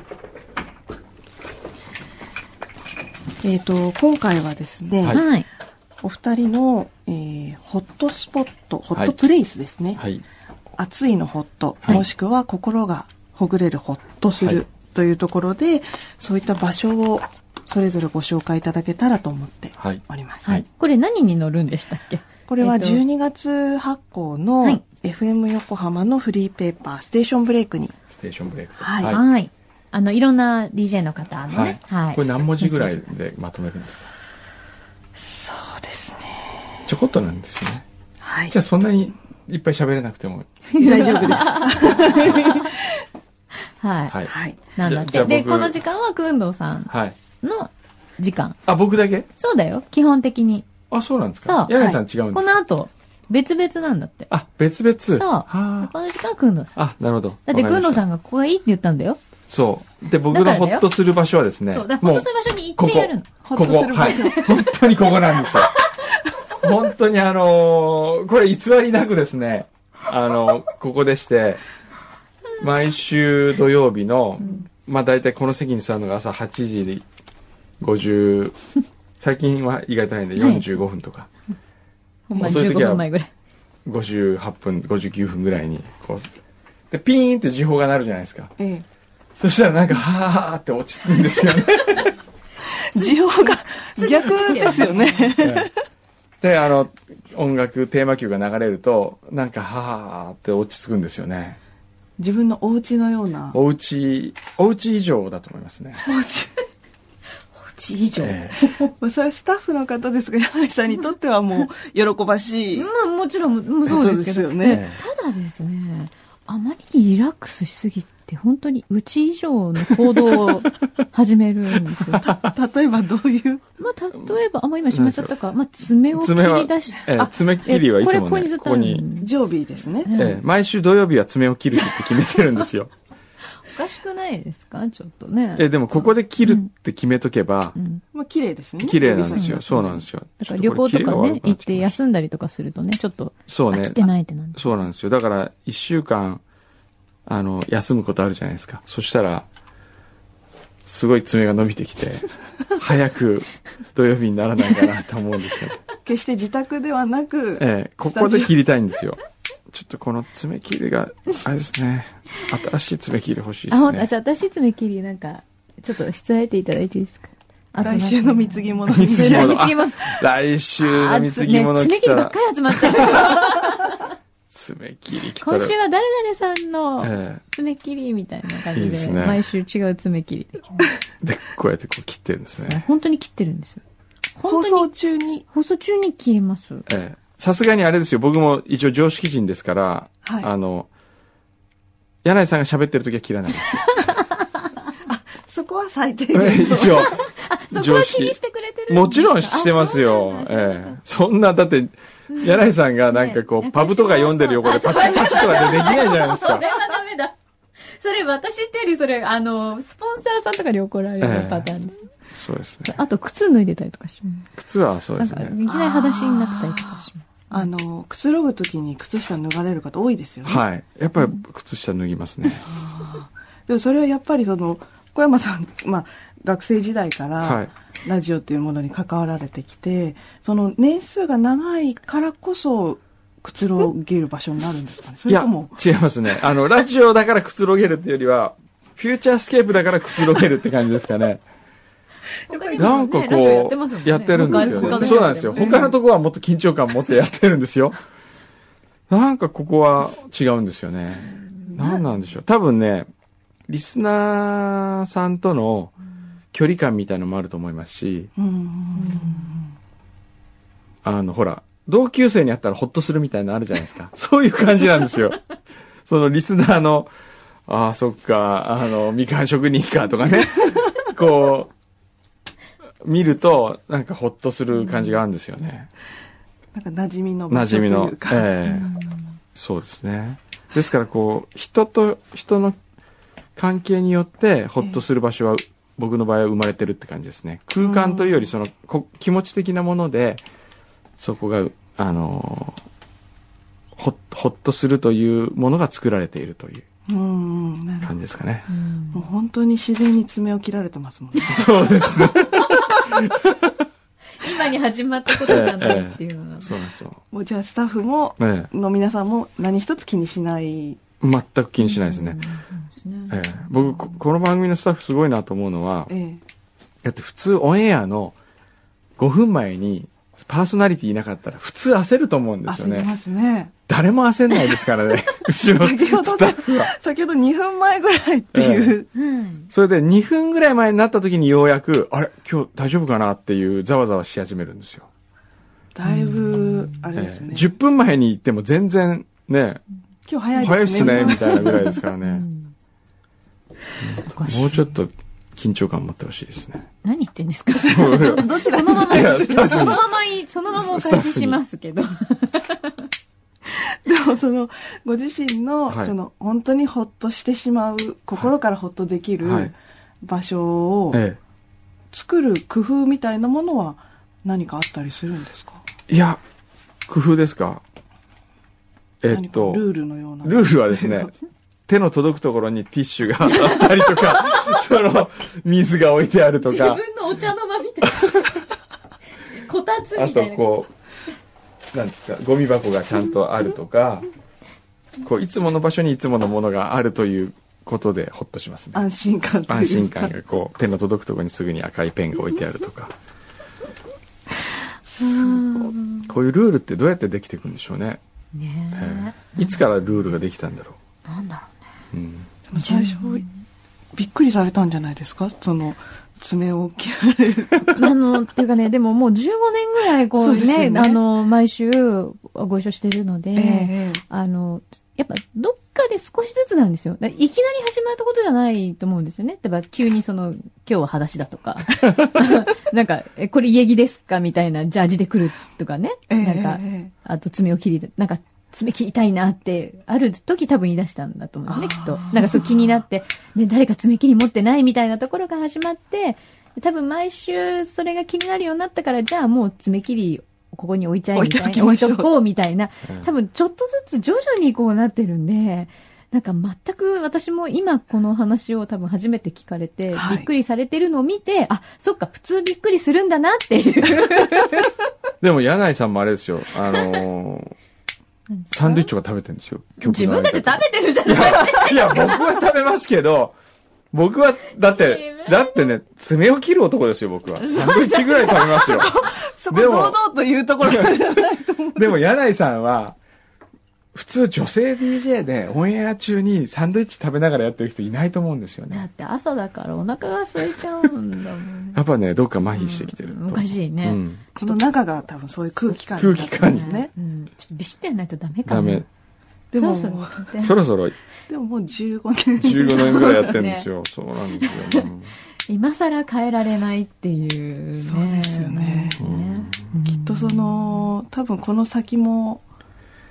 Speaker 5: えっと、今回はですね、
Speaker 3: はい
Speaker 4: はい、
Speaker 5: お二人の、えーホットスポット、ホッ
Speaker 3: はい
Speaker 5: トプレイスですね。
Speaker 3: はい。
Speaker 5: 暑いのホット、
Speaker 3: はい
Speaker 5: もしくは心がほぐれるホッとす
Speaker 3: はい
Speaker 5: るというところで、そういった場所をそれぞれご紹介いただけたらと思って
Speaker 3: はい。
Speaker 5: おります。
Speaker 4: はい。これ何に乗るんでしたっけ
Speaker 5: これは
Speaker 4: えっと
Speaker 5: 12月発行
Speaker 4: は
Speaker 5: の
Speaker 4: い
Speaker 5: FM 横浜のフリーペーパー、ステーションブレイクに。
Speaker 3: ステーションブレイクと。
Speaker 5: はい
Speaker 4: はい。あの、いろんな DJ の方のね、はい。
Speaker 3: これ何文字ぐらいでまとめるんですか
Speaker 5: そうですね。
Speaker 3: ちょこっとなんですよね。
Speaker 5: はい
Speaker 3: じゃ。あそんなにいっぱい喋れなくても。
Speaker 5: 大丈夫です。
Speaker 4: はい。
Speaker 3: はい。
Speaker 5: はい。
Speaker 4: なんだ
Speaker 3: じゃあ
Speaker 4: って。
Speaker 3: じゃあ
Speaker 4: で、
Speaker 3: 僕
Speaker 4: この時間は、くんどうさん
Speaker 3: はい。
Speaker 4: の時間。
Speaker 3: あ、僕だけ
Speaker 4: そうだよ、基本的に。
Speaker 3: あ、そうなんです
Speaker 4: そう
Speaker 3: か柳井さん違うんで
Speaker 4: こ
Speaker 3: す
Speaker 4: の
Speaker 3: か
Speaker 4: 後、別々なんだって。
Speaker 3: あ、別々。
Speaker 4: う
Speaker 3: はあ
Speaker 4: この時間はくんどうさん。
Speaker 3: あ、なるほど。
Speaker 4: だって、くんどうさ
Speaker 3: ん。
Speaker 4: んがここがいいって言ったんだよ。
Speaker 3: そう。で、僕
Speaker 4: だ
Speaker 3: の
Speaker 4: から
Speaker 3: ほ
Speaker 4: だよ
Speaker 3: っとする場所はですね。
Speaker 4: そう。だから、
Speaker 3: も
Speaker 4: 本
Speaker 3: う
Speaker 4: 当、そういう場所に行ってやるの。
Speaker 5: ホ
Speaker 3: こ
Speaker 5: ッと
Speaker 3: こ、
Speaker 5: する場
Speaker 3: はい
Speaker 5: 所。。
Speaker 3: 本当にここなんですよ。本当にあのーこれ偽りなくですね、あのーここでして、毎週土曜日の、まあ大体この席に座るのが朝8時で50、最近は意外とないんで
Speaker 4: はい
Speaker 3: 45分とか、
Speaker 4: ほんまに
Speaker 3: そういう
Speaker 4: 15
Speaker 3: 時は
Speaker 4: 分前ぐらい。
Speaker 3: 58分、59分ぐらいに、こう、で、ピーンって時報が鳴るじゃないですか。
Speaker 5: え
Speaker 3: そしたらなんか、はーって落ち着くんですよね。
Speaker 5: え。需要が逆ですよね。
Speaker 3: はい で、あの、音楽、テーマ曲が流れると、なんか、はーって落ち着くんですよね。
Speaker 5: 自分のお家のような。
Speaker 3: おうち、おうち以上だと思いますね。
Speaker 4: 8以上。
Speaker 3: え
Speaker 5: まあそれはスタッフの方ですが、柳井さんにとってはもう喜 ばしい。
Speaker 4: まあもちろん、もうそうですけど。
Speaker 5: そうですよね
Speaker 4: ねただですね、あまりにリラックスしすぎて、本当にうち以上の行動を始めるんですよ。まあ、
Speaker 5: 例えばどういう。
Speaker 4: 例えば、あ、もう今しまっちゃったか、まあ、爪を切り出し
Speaker 3: えええ
Speaker 4: あ
Speaker 3: 爪切りはいつも
Speaker 4: これここに
Speaker 3: ね、
Speaker 4: ずっ
Speaker 3: ことこ
Speaker 4: あるの
Speaker 3: に、
Speaker 5: ジョービーですね。
Speaker 4: うん
Speaker 3: ええ毎週土曜日は爪を切るって決めてるんです よ。
Speaker 4: おかしくないですかちょっとね。
Speaker 3: ええでもここで切るって決めとけば
Speaker 4: う、ん。
Speaker 5: まあ綺麗ですね。。
Speaker 3: 綺麗なんですよ。そうなんですすよ。
Speaker 4: だから旅行と
Speaker 3: ちょ
Speaker 4: か
Speaker 3: っこれ
Speaker 4: ね
Speaker 3: 切、りが悪く
Speaker 4: 行
Speaker 3: な
Speaker 4: っ
Speaker 3: き
Speaker 4: て
Speaker 3: ました
Speaker 4: 休んだりとかするとね、ちょっと、
Speaker 3: そう
Speaker 4: 飽
Speaker 3: ね
Speaker 4: き。てないってなんで。
Speaker 3: そうなんですよ。だから、一週間、あの、休むことあるじゃないですか。そしたら、すごい爪が伸びてき て、早く土曜日にならないかなと思うんですけど。
Speaker 5: 決して自宅ではなく、
Speaker 3: ええ、ここで切りたいんですよ。ちょっとこの爪切りが、あれですね。新しい爪切り欲しいで
Speaker 4: あ、
Speaker 3: す
Speaker 4: ほんと、あ
Speaker 3: ね
Speaker 4: じ。ゃあ私爪切り、なんか、ちょっと、しつらえていただいていいですか
Speaker 5: 来週の 貢ぎ物
Speaker 3: 貢ぎ 物
Speaker 4: 貢ぎ物。
Speaker 3: 来週の貢ぎ
Speaker 4: あ
Speaker 3: 物
Speaker 4: ー爪
Speaker 3: 来
Speaker 4: 切
Speaker 3: た
Speaker 4: りばっ
Speaker 3: ら
Speaker 4: か、り集まっちゃう。
Speaker 3: 爪切り来たら
Speaker 4: 今、週は誰々さんの
Speaker 3: え
Speaker 4: 爪切りみたいな感じ
Speaker 3: いい
Speaker 4: で、
Speaker 3: ですね
Speaker 4: 毎週違う爪切りでき
Speaker 3: え、で、こうやってこう切ってるんです
Speaker 4: ます。
Speaker 3: ね。
Speaker 4: 本当に切ってるんですよ。本
Speaker 5: 放
Speaker 4: 当
Speaker 5: 送
Speaker 4: に、
Speaker 5: 中に、
Speaker 4: 放送中に切ります。
Speaker 3: ええ、さすがにあれですよ。僕も一応常識人ですから、
Speaker 5: はい。
Speaker 3: あの、柳井さんが喋ってる時は切らないんで
Speaker 5: そこは最低限
Speaker 3: すよ。
Speaker 5: の
Speaker 3: 一応。
Speaker 4: あ、そこは気にしてくれてるですか
Speaker 3: もちろんしてますよ。
Speaker 4: あそうなんだ
Speaker 3: ええ。そんな、だって、柳井さんがなんかこ
Speaker 4: ね
Speaker 3: う、パブとか読んでる横で
Speaker 4: そう
Speaker 3: パ
Speaker 4: そう
Speaker 3: チパチとかでできないじゃないです
Speaker 4: そ
Speaker 3: か
Speaker 4: れ。はダメだ。それ私ってよりそれ、あの、スポンサーさんとかに怒られるパターンです。
Speaker 3: そうですね。
Speaker 4: あと、靴脱いでたりとかしま。
Speaker 3: 靴はそうですす
Speaker 4: なんか、
Speaker 3: ね。
Speaker 4: いきなり裸足になったりとかします。
Speaker 5: あの、くつろぐときに靴下脱がれる方多いですよね。
Speaker 3: はい。やっぱり靴下脱ぎますね。
Speaker 5: でもそれはやっぱりその、小山さん、まあ、学生時代か
Speaker 3: は
Speaker 5: ら
Speaker 3: い。
Speaker 5: ラジオっていうものに関わられてきて、その年数が長いからこそくつろげる場所になるんですかねそ
Speaker 3: い
Speaker 5: れ
Speaker 3: や
Speaker 5: とも、
Speaker 3: 違いますね。あの、ラジオだからくつろげるっていうよりは、フューチャースケープだからくつろげるって感じですかね。
Speaker 4: 他に
Speaker 3: な
Speaker 4: も
Speaker 3: んか
Speaker 4: ね
Speaker 3: こ
Speaker 4: ラジオやってますもん
Speaker 3: う、
Speaker 4: ね
Speaker 3: やってるんですよ
Speaker 4: 他
Speaker 3: ね。
Speaker 4: の
Speaker 3: そうなんですよ。
Speaker 4: 他の
Speaker 3: 他のとこはもっと緊張感持ってやってるん ですよ。なんかここは違うんですよね。なんなんでしょう。多分ね、リスナーさんとの距離感みたいのもあると思いますし、
Speaker 5: うんうん
Speaker 3: あの、ほら、同級生に会ったらほっとするみたいなのあるじゃないですか。そういう感じなんですよ。そのリスナーの、ああ、そっか、あの、みかん職人かとかね。こう、見ると、なんかほっとする感じがあるんですよね。
Speaker 5: なんか馴染みの場
Speaker 3: 馴
Speaker 5: 所
Speaker 3: 染
Speaker 5: と
Speaker 3: み
Speaker 5: い
Speaker 3: の
Speaker 5: う。か、
Speaker 3: ええそうですね。ですからこう、人と人の関係によってほっとする場所は、僕の場合は生まれてるって感じですね。空間というより、その、こ気持ち的なもので、そこが、あのーほっ、ほっとするというものが作られているという
Speaker 5: うんうんなるほ
Speaker 3: 感
Speaker 5: ど
Speaker 3: じですかね。
Speaker 4: うん
Speaker 5: もう本当に自然に爪を切られてますもんね
Speaker 3: そうですね。
Speaker 4: 今に始まったことなんだっていうのが。
Speaker 3: そうなんですよ。
Speaker 5: もうじゃあスタッフも
Speaker 3: ええ
Speaker 5: の皆さんも何一つ気にしない
Speaker 3: 全く気にしないですね。
Speaker 4: うん。
Speaker 3: ええ僕こ、この番組のスタッフすごいなと思うのは、
Speaker 5: ええ
Speaker 3: だって普通オンエアの5分前にパーソナリティいなかったら普通焦ると思うんですよ
Speaker 5: 焦り
Speaker 3: ね。
Speaker 5: ますね
Speaker 3: 誰も焦んないですから ね。後ろ
Speaker 5: 先ほどね
Speaker 3: スタッフは。
Speaker 5: 先ほど2分前ぐらいっていう、
Speaker 4: うん
Speaker 3: それで2分ぐらい前になった時にようやく、あれ今日大丈夫かなっていうざわざわし始めるんですよ。
Speaker 5: だいぶあれです
Speaker 3: え
Speaker 5: ね、
Speaker 3: え10分前に行っても全然ね、
Speaker 5: 今日
Speaker 3: 早
Speaker 5: 早
Speaker 3: い
Speaker 5: い
Speaker 3: っ
Speaker 5: です
Speaker 3: す
Speaker 5: ね
Speaker 3: ね、みたいなぐらいですから
Speaker 4: う
Speaker 3: ね。
Speaker 4: ん
Speaker 3: もうちょっと緊張感持ってほしいですね。
Speaker 4: 何言ってんですかそ
Speaker 5: どちら
Speaker 4: のまま
Speaker 3: いやスタッフに
Speaker 4: そのままいい、そのままお返ししますけど。
Speaker 5: でも そのご自身の,、
Speaker 3: はい
Speaker 5: その本当にほっとしてしまう心からほっとでき
Speaker 3: は
Speaker 5: る
Speaker 3: い
Speaker 5: 場所を
Speaker 3: え
Speaker 5: 作る工夫みたいなものは何かあったりするんですか
Speaker 3: え、いや、工夫ですかえっと
Speaker 5: 何か。ルールのような
Speaker 3: ルールはですね、手の届くところにティッシュが あったりとか、その、水が置いてあると
Speaker 4: 自
Speaker 3: か、
Speaker 4: 分のお茶の間みたいな。こたつ
Speaker 3: あ
Speaker 4: み
Speaker 3: と
Speaker 4: たいな。
Speaker 3: こう、なんですか、ゴミ箱がちゃんとあるとか、こう、いつもの場所にいつものものがあるということでほっとしますね。
Speaker 5: 安心感というか
Speaker 3: 安心感がこう、手の届くところにすぐに赤いペンが置いてあるとか、
Speaker 4: うん
Speaker 3: こういうルールってどうやってできていくんでしょうね。え
Speaker 4: ね
Speaker 3: えいつからルールができたんだろ
Speaker 4: え。なんだろ
Speaker 3: う。うん
Speaker 5: でも最初びっくりされたんじゃないですかその爪を切られる
Speaker 4: う。あの、っていうかね、でももう15年ぐらいこう
Speaker 5: そうです
Speaker 4: ね、
Speaker 5: よね
Speaker 4: あの、毎週ご一緒してるので、
Speaker 5: ええ
Speaker 4: あの、やっぱどっかで少しずつなんですよ。だからいきなり始まったことじゃないと思うんですよね。例えば急にその、今日は裸足だと か、なんか、えこれ家着ですかみたいなジャージで来るとかね。
Speaker 5: ええ
Speaker 4: なんか、
Speaker 5: ええ
Speaker 4: あと爪を切り、なんか爪切りたいなって、ある時多分言い出したんだと思うんですね、きっと
Speaker 5: あ。ー
Speaker 4: なんかそう気になって、ね、誰か爪切り持ってないみたいなところが始まって、多分毎週それが気になるようになったから、じゃあもう爪切りここに置いちゃえみたい
Speaker 5: 置い
Speaker 4: な、
Speaker 5: ておき
Speaker 4: 置
Speaker 5: ま
Speaker 4: い
Speaker 5: しょう
Speaker 4: とこうみたいな、
Speaker 3: ええ
Speaker 4: 多分ちょっとずつ徐々にこうなってるんで、なんか全く私も今この話を多分初めて聞かれて、
Speaker 5: はい
Speaker 4: びっくりされてるのを見て、あ、そっか、普通びっくりするんだなっ ていう。
Speaker 3: でも、柳井さんもあれですよ、あのーサンドイッチとか食べてるんですよ。
Speaker 4: 自分だって食べてるじゃ
Speaker 3: い
Speaker 4: ない
Speaker 3: や、いや、僕は食べますけど、僕は、だって、だってね、爪を切る男ですよ、僕は。サンドイッチぐらい食べます よ。
Speaker 5: そこ
Speaker 3: でも
Speaker 5: 堂々というところが
Speaker 3: でも、柳井さんは、普通女性 DJ でオンエア中にサンドイッチ食べながらやってる人いないと思うんですよ
Speaker 4: だっ
Speaker 3: ね。
Speaker 4: て朝だからお腹が空いちゃうんだもん。
Speaker 3: やっぱね、どっか麻痺してきてると。
Speaker 4: うんおかしいうね。
Speaker 3: ん。
Speaker 5: この中が多分そういう空気感
Speaker 3: 空気感
Speaker 5: ですね。
Speaker 4: うん。ちょっとビシッとやんないとダメ
Speaker 3: ダ
Speaker 4: かな。
Speaker 3: メ。
Speaker 5: でも、
Speaker 4: そろそろ
Speaker 3: そろそろ
Speaker 5: でももう15年。
Speaker 3: 15年ぐらいやってるんですよ。そうなんですよ。うん
Speaker 4: 今更変えられないっていうね。
Speaker 5: そうですよ
Speaker 4: ね
Speaker 5: ねきっとそ、の、多分この先も、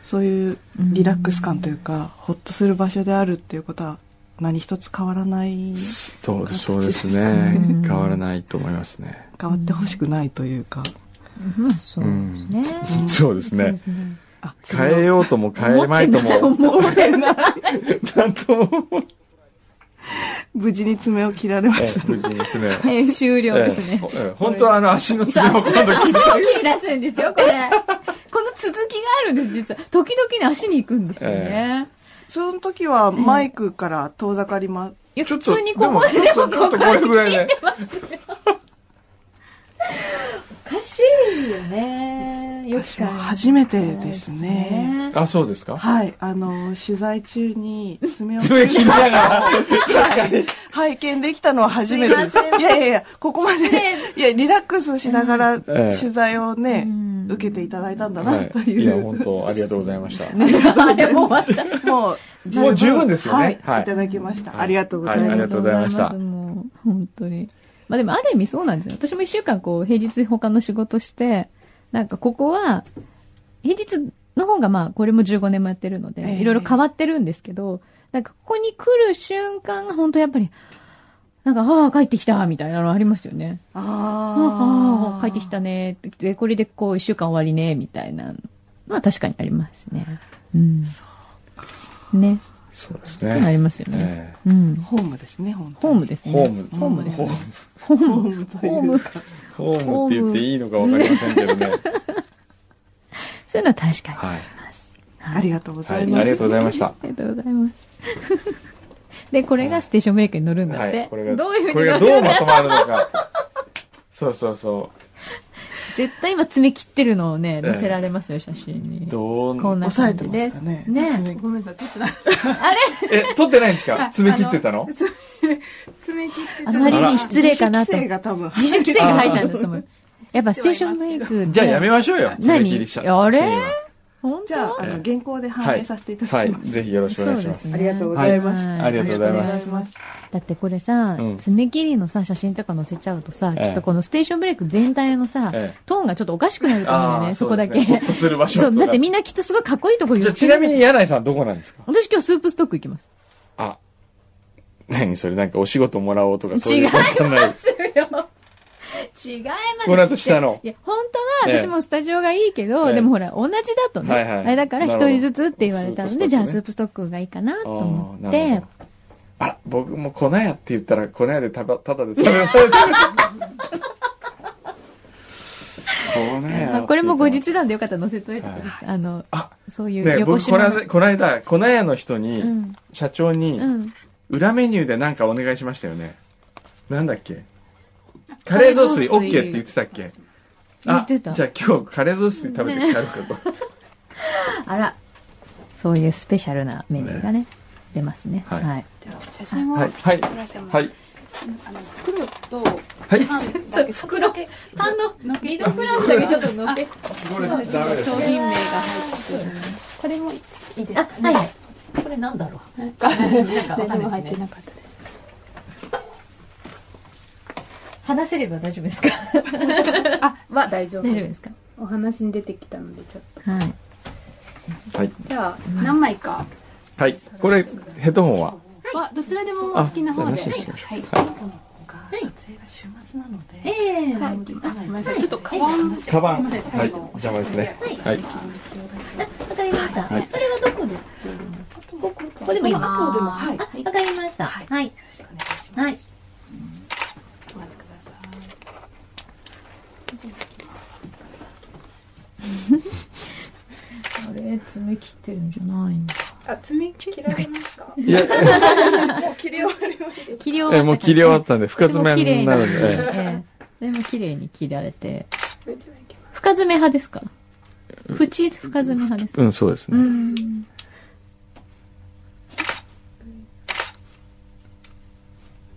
Speaker 5: そういう
Speaker 4: うん
Speaker 5: リラックス感というか、ほっとする場所であるっていうことは、何一つ変わらない、
Speaker 3: そうそうです
Speaker 4: う
Speaker 3: ね
Speaker 4: ん。
Speaker 3: 変わらないと思いますね。
Speaker 5: 変わってほしくないというか。
Speaker 4: まあそうですね。
Speaker 5: うん
Speaker 3: そうですね。
Speaker 4: ね。
Speaker 5: あ、
Speaker 3: 変えようとも変えまいとも。
Speaker 4: 思ってない。
Speaker 3: なんとも。
Speaker 5: 無事に爪を切られま
Speaker 3: え
Speaker 5: し
Speaker 3: え
Speaker 5: た。
Speaker 3: 無事に爪を。
Speaker 4: えー終了です
Speaker 3: ええ
Speaker 4: ね。
Speaker 3: ほええ本当はあの足の爪を今度切り
Speaker 4: 足
Speaker 3: た
Speaker 4: を
Speaker 3: い。
Speaker 4: 切り出すんですよ、これ。この続きがあるんです、実は。時々ね、足に行くんですよね。
Speaker 5: その時はマイクから遠ざかります。
Speaker 4: いや、
Speaker 3: ちょ
Speaker 4: 普
Speaker 3: っと、
Speaker 4: 通にこ
Speaker 3: も
Speaker 4: こで
Speaker 3: ちょっ
Speaker 4: も
Speaker 3: と、ちょっ
Speaker 4: ことこ
Speaker 3: これぐらいで。
Speaker 4: おかしいよね。よく
Speaker 5: 私も初めてですね。
Speaker 3: あ、そうですか
Speaker 5: はい、あの、取材中に爪を
Speaker 3: 爪切りながら。
Speaker 5: 拝見できたのは初めてです。
Speaker 4: すいません
Speaker 5: いやいやいや、ここま
Speaker 4: 失
Speaker 5: で、
Speaker 4: 礼
Speaker 5: いや、リラックスしながら
Speaker 3: ええ
Speaker 5: 取材をね、
Speaker 4: うん
Speaker 5: 受けていただいたんだ
Speaker 3: は
Speaker 5: ないと
Speaker 3: い
Speaker 5: い
Speaker 3: や、
Speaker 5: う。
Speaker 3: 本当、ありがとうございました。
Speaker 4: あ、でも終わっちゃった。
Speaker 5: もう
Speaker 3: もう十分ですよね
Speaker 5: はい、
Speaker 3: はい
Speaker 5: い、ただきました、
Speaker 3: はい
Speaker 5: ありがとうござい
Speaker 3: は
Speaker 5: ま
Speaker 3: い
Speaker 5: す。
Speaker 3: ありがとうございました
Speaker 4: ありがとうございますもう、本当に。まあでも、ある意味そうなんですよ。私も一週間こう、平日他の仕事して、なんかここは、平日の方がまあ、これも15年もやってるので、
Speaker 5: ええ
Speaker 4: いろいろ変わってるんですけど、なんかここに来る瞬間が本当やっぱり、なんか、ああ、帰ってきた、みたいなのありますよね。ああ
Speaker 5: あ
Speaker 4: あ
Speaker 5: あ、
Speaker 4: あ、帰ってきたね、で、これでこう、一週間終わりね、みたいなまあ確かにありますね。うん。ね。
Speaker 3: そうです
Speaker 4: そういうのあ
Speaker 3: ね。
Speaker 4: りますよね。
Speaker 3: え
Speaker 4: うん。
Speaker 5: ホームですね、本当
Speaker 4: ホー
Speaker 5: に
Speaker 4: ムです
Speaker 3: え
Speaker 4: ね。
Speaker 3: ホーム。
Speaker 4: ホームです
Speaker 3: ホ
Speaker 4: ね
Speaker 3: ーム。
Speaker 4: ホー
Speaker 5: ホ
Speaker 4: ム。
Speaker 5: ームというか。
Speaker 3: ホームって言っていいのかわかりませんけどね。
Speaker 4: そういうのは確かにあ
Speaker 3: はい。
Speaker 4: ります。
Speaker 5: あり
Speaker 4: が
Speaker 5: がとうご
Speaker 3: は
Speaker 5: ざ
Speaker 3: い、あ
Speaker 5: い
Speaker 3: り
Speaker 5: ます。
Speaker 3: がとうございました。
Speaker 4: ありがとうございます。 で、これがステーションブレイクに乗るんだ
Speaker 3: は
Speaker 4: って。
Speaker 3: い、これが、
Speaker 4: どういうふ
Speaker 3: こ
Speaker 4: うに
Speaker 3: れが
Speaker 4: 乗る
Speaker 3: ど
Speaker 4: ん
Speaker 3: う
Speaker 4: だ
Speaker 3: まとまるのか。そうそうそ
Speaker 4: 絶対今爪切ってるのをね、
Speaker 3: ええ
Speaker 4: 載せられますよ、写真
Speaker 3: う。
Speaker 4: に。
Speaker 3: どう、
Speaker 4: こんな
Speaker 5: 抑え
Speaker 4: 感じ
Speaker 5: てま
Speaker 4: です
Speaker 5: か。ね。
Speaker 4: ね
Speaker 6: ごめんなさい、撮ってない。
Speaker 3: え、撮ってないんですか爪切ってたの
Speaker 6: 爪切って
Speaker 4: あまりに失礼かなと。自
Speaker 5: 自主規制が多分。
Speaker 4: 主規制が入ったんだと思う。やっぱステーションブレイク。
Speaker 3: じゃあやめましょうよ。爪
Speaker 4: 何
Speaker 3: 切りしちゃ
Speaker 4: あれ
Speaker 3: シーンは
Speaker 4: 本当
Speaker 5: じゃあ、あ
Speaker 3: え
Speaker 5: の、
Speaker 3: え
Speaker 5: 原稿で反映させていた だ
Speaker 3: は
Speaker 5: きます。
Speaker 3: い、ぜひよろしくお願いしま
Speaker 4: そうです
Speaker 3: す。
Speaker 4: ね
Speaker 5: ありがとうございます。
Speaker 4: はい
Speaker 3: ありがとうございます
Speaker 5: ありがとうございます。
Speaker 4: だってこれさ、
Speaker 3: うん
Speaker 4: 爪切りのさ、写真とか載せちゃうとさ、
Speaker 3: ええ
Speaker 4: きっとこのステーションブレイク全体のさ、
Speaker 3: ええ
Speaker 4: トーンがちょっとおかしくなると思うんだよね、
Speaker 3: ー
Speaker 4: そこだけ。
Speaker 3: うですねほっとする場所
Speaker 4: そう、だってみ
Speaker 3: ん
Speaker 4: んなきっとすごいかっこいいとこ言
Speaker 3: じゃあ
Speaker 4: っ
Speaker 3: ち
Speaker 4: て
Speaker 3: な
Speaker 4: る。
Speaker 3: みに柳井さんどこなんですか
Speaker 4: 私今日スープストック行きます。
Speaker 3: あ、何それなんかお仕事もらおうとかそういう
Speaker 4: 違い
Speaker 3: ことじゃない。
Speaker 4: 違いま
Speaker 3: この後下の
Speaker 4: いや、本当は私もスタジオがいいけど、
Speaker 3: ええ
Speaker 4: でもほら、同じだとね、
Speaker 3: はいはい
Speaker 4: あれだから一人ずつって言われた
Speaker 3: なる
Speaker 4: ので、
Speaker 3: ほど
Speaker 4: じゃあスープストックがいいか なと思
Speaker 3: あー
Speaker 4: っ
Speaker 3: なるほ、
Speaker 4: て
Speaker 3: どあら、僕も粉屋って言ったら粉屋でたばただで 食べられてる。粉屋
Speaker 4: まあ、これも後日談でよかったら載せといてください。あの、
Speaker 3: あ、
Speaker 4: そういう
Speaker 3: ね、
Speaker 4: 横
Speaker 3: 僕こ
Speaker 4: 島の、
Speaker 3: のこの間、粉屋の人
Speaker 4: う
Speaker 3: に、
Speaker 4: ん。
Speaker 3: 社長に
Speaker 4: う、ん。
Speaker 3: 裏メニューでなんかお願いしましたよね。なんだっけカレー雑炊 OK
Speaker 4: カレー雑
Speaker 3: っ
Speaker 4: 炊
Speaker 3: て言ってたっけ
Speaker 4: 言ってた
Speaker 3: あじゃあ今日カレー雑炊食べて帰るかと。
Speaker 4: あら、そういうスペシャルなメニューがね、出ますね。は。
Speaker 3: はいい
Speaker 6: 写真 を
Speaker 3: はい、はい、
Speaker 6: 撮らせてもら
Speaker 3: は
Speaker 6: う
Speaker 3: い、
Speaker 6: あの袋と
Speaker 3: はい。
Speaker 6: パン
Speaker 4: そ
Speaker 6: だ
Speaker 4: う
Speaker 6: け
Speaker 4: 袋系、パンの
Speaker 6: のっけ
Speaker 4: ミドフランスだけちょっとのっけ。
Speaker 3: これ
Speaker 6: そう
Speaker 3: ダメです
Speaker 6: 商。品名が入ってるこれもいいです
Speaker 4: あ、
Speaker 6: か
Speaker 4: は
Speaker 6: ね
Speaker 4: い。これなんだろう。なんかわか
Speaker 6: 何
Speaker 4: ん
Speaker 6: も
Speaker 4: ない
Speaker 6: 入っ
Speaker 4: で
Speaker 6: て
Speaker 4: すね。
Speaker 6: なかったです
Speaker 4: 話せれば大丈夫ですか
Speaker 6: あは大丈夫
Speaker 4: 大丈夫ですか
Speaker 6: お話に出てきたのでちょっと
Speaker 4: はい。
Speaker 3: はい、
Speaker 6: じゃあ何枚か
Speaker 3: はい。これ、ヘッドホンは
Speaker 6: はどちらでもお好きな方で
Speaker 3: あじゃあなしにしましょう
Speaker 6: はい
Speaker 4: ええ
Speaker 6: は
Speaker 4: はい
Speaker 6: い。ちょっとカバン
Speaker 3: カバン。はい、邪魔ですね。はい。
Speaker 4: わかりました。
Speaker 3: はい
Speaker 4: それはどこでここ、ここでもいいですか
Speaker 5: あここでもはい
Speaker 4: あ、わかりました。はい。はい。はい。
Speaker 6: お待ちください
Speaker 4: あれ、爪切ってるんじゃないんだ。
Speaker 6: あ、爪切られますか。
Speaker 3: いや、
Speaker 4: 切り終わった
Speaker 3: えもう切り終わったんで、深爪
Speaker 4: 綺麗
Speaker 3: になるんで。ええ
Speaker 4: ええ。でも綺麗に切られて。
Speaker 6: めっちゃいけま
Speaker 4: 深爪派ですかプチ深爪派ですか
Speaker 3: うん、そうです
Speaker 4: う
Speaker 3: ね。
Speaker 4: ん。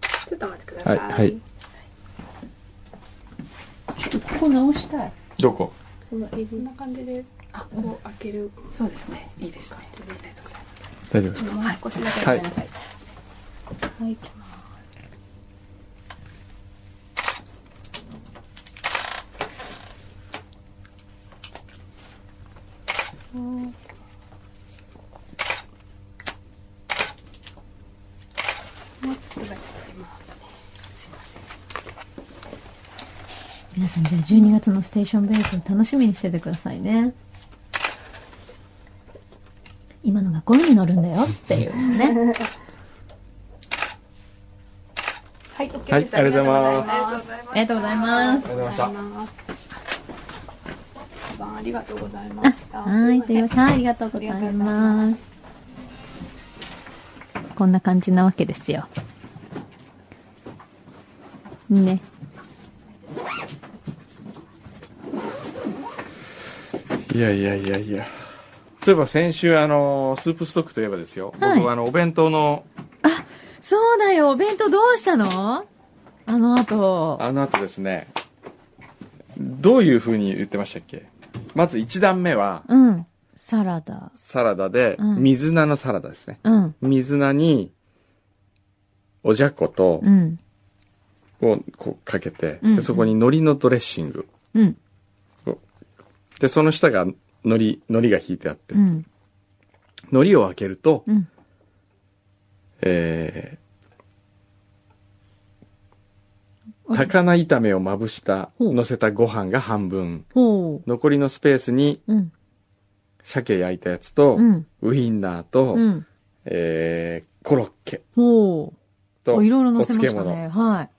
Speaker 6: すちょっとお待ちくださ。
Speaker 3: はいい、はい。
Speaker 4: ここ直したい。
Speaker 3: どこ
Speaker 6: そのえこんな感じで、あ、こう開ける
Speaker 5: そうですね。いいですね
Speaker 6: 感。じで入れてくださ
Speaker 3: 大丈夫です
Speaker 6: い。
Speaker 3: か
Speaker 6: もう少しだけごめんなさい。はい、行きます。もうちょっとだけ入れます
Speaker 4: 皆さん、じゃあ12月のステーションブレイクを楽しみにしててくださいね。今のが5に乗るんだよっていうね。
Speaker 6: はい、OK
Speaker 3: はい
Speaker 6: です。
Speaker 3: ありがとうございます
Speaker 6: ありがとうございま
Speaker 4: ありがと
Speaker 6: す。
Speaker 4: うございます
Speaker 3: ありがとうござい
Speaker 6: ございます。ありがとうございました。
Speaker 4: はい、すいません。ありがとうございます。こんな感じなわけですよ。ね。
Speaker 3: いやいやいやいや。そういえば先週、あの、スープストックといえばですよ。
Speaker 4: はい
Speaker 3: 僕はあの、お弁当の、
Speaker 4: そうだよ、お弁当どうしたのあの後。
Speaker 3: あの後ですね、どういう風に言ってましたっけまず一段目は、
Speaker 4: うん。サラダ。
Speaker 3: サラダで、
Speaker 4: うん
Speaker 3: 水菜のサラダですね。
Speaker 4: うん。
Speaker 3: 水菜に、おじゃこと
Speaker 4: う、ん。
Speaker 3: をこうかけて、
Speaker 4: うん
Speaker 3: でそこに海苔のドレッシング。
Speaker 4: うん。
Speaker 3: で、その下が海苔、海苔が引いてあって、
Speaker 4: うん。
Speaker 3: 海苔を開けると、
Speaker 4: うん。
Speaker 3: え
Speaker 4: あ
Speaker 3: ー、高菜炒めをまぶした、乗せたご飯が半分。
Speaker 4: ほ
Speaker 3: 残りのスペースに、
Speaker 4: う。うん。
Speaker 3: 鮭焼いたやつと
Speaker 4: う、ん。
Speaker 3: ウインナーと、
Speaker 4: うん。
Speaker 3: えー、コロッケ
Speaker 4: ほう。
Speaker 3: と、
Speaker 4: おいろいろ乗せまし
Speaker 3: お
Speaker 4: た
Speaker 3: 漬
Speaker 4: ね。はい。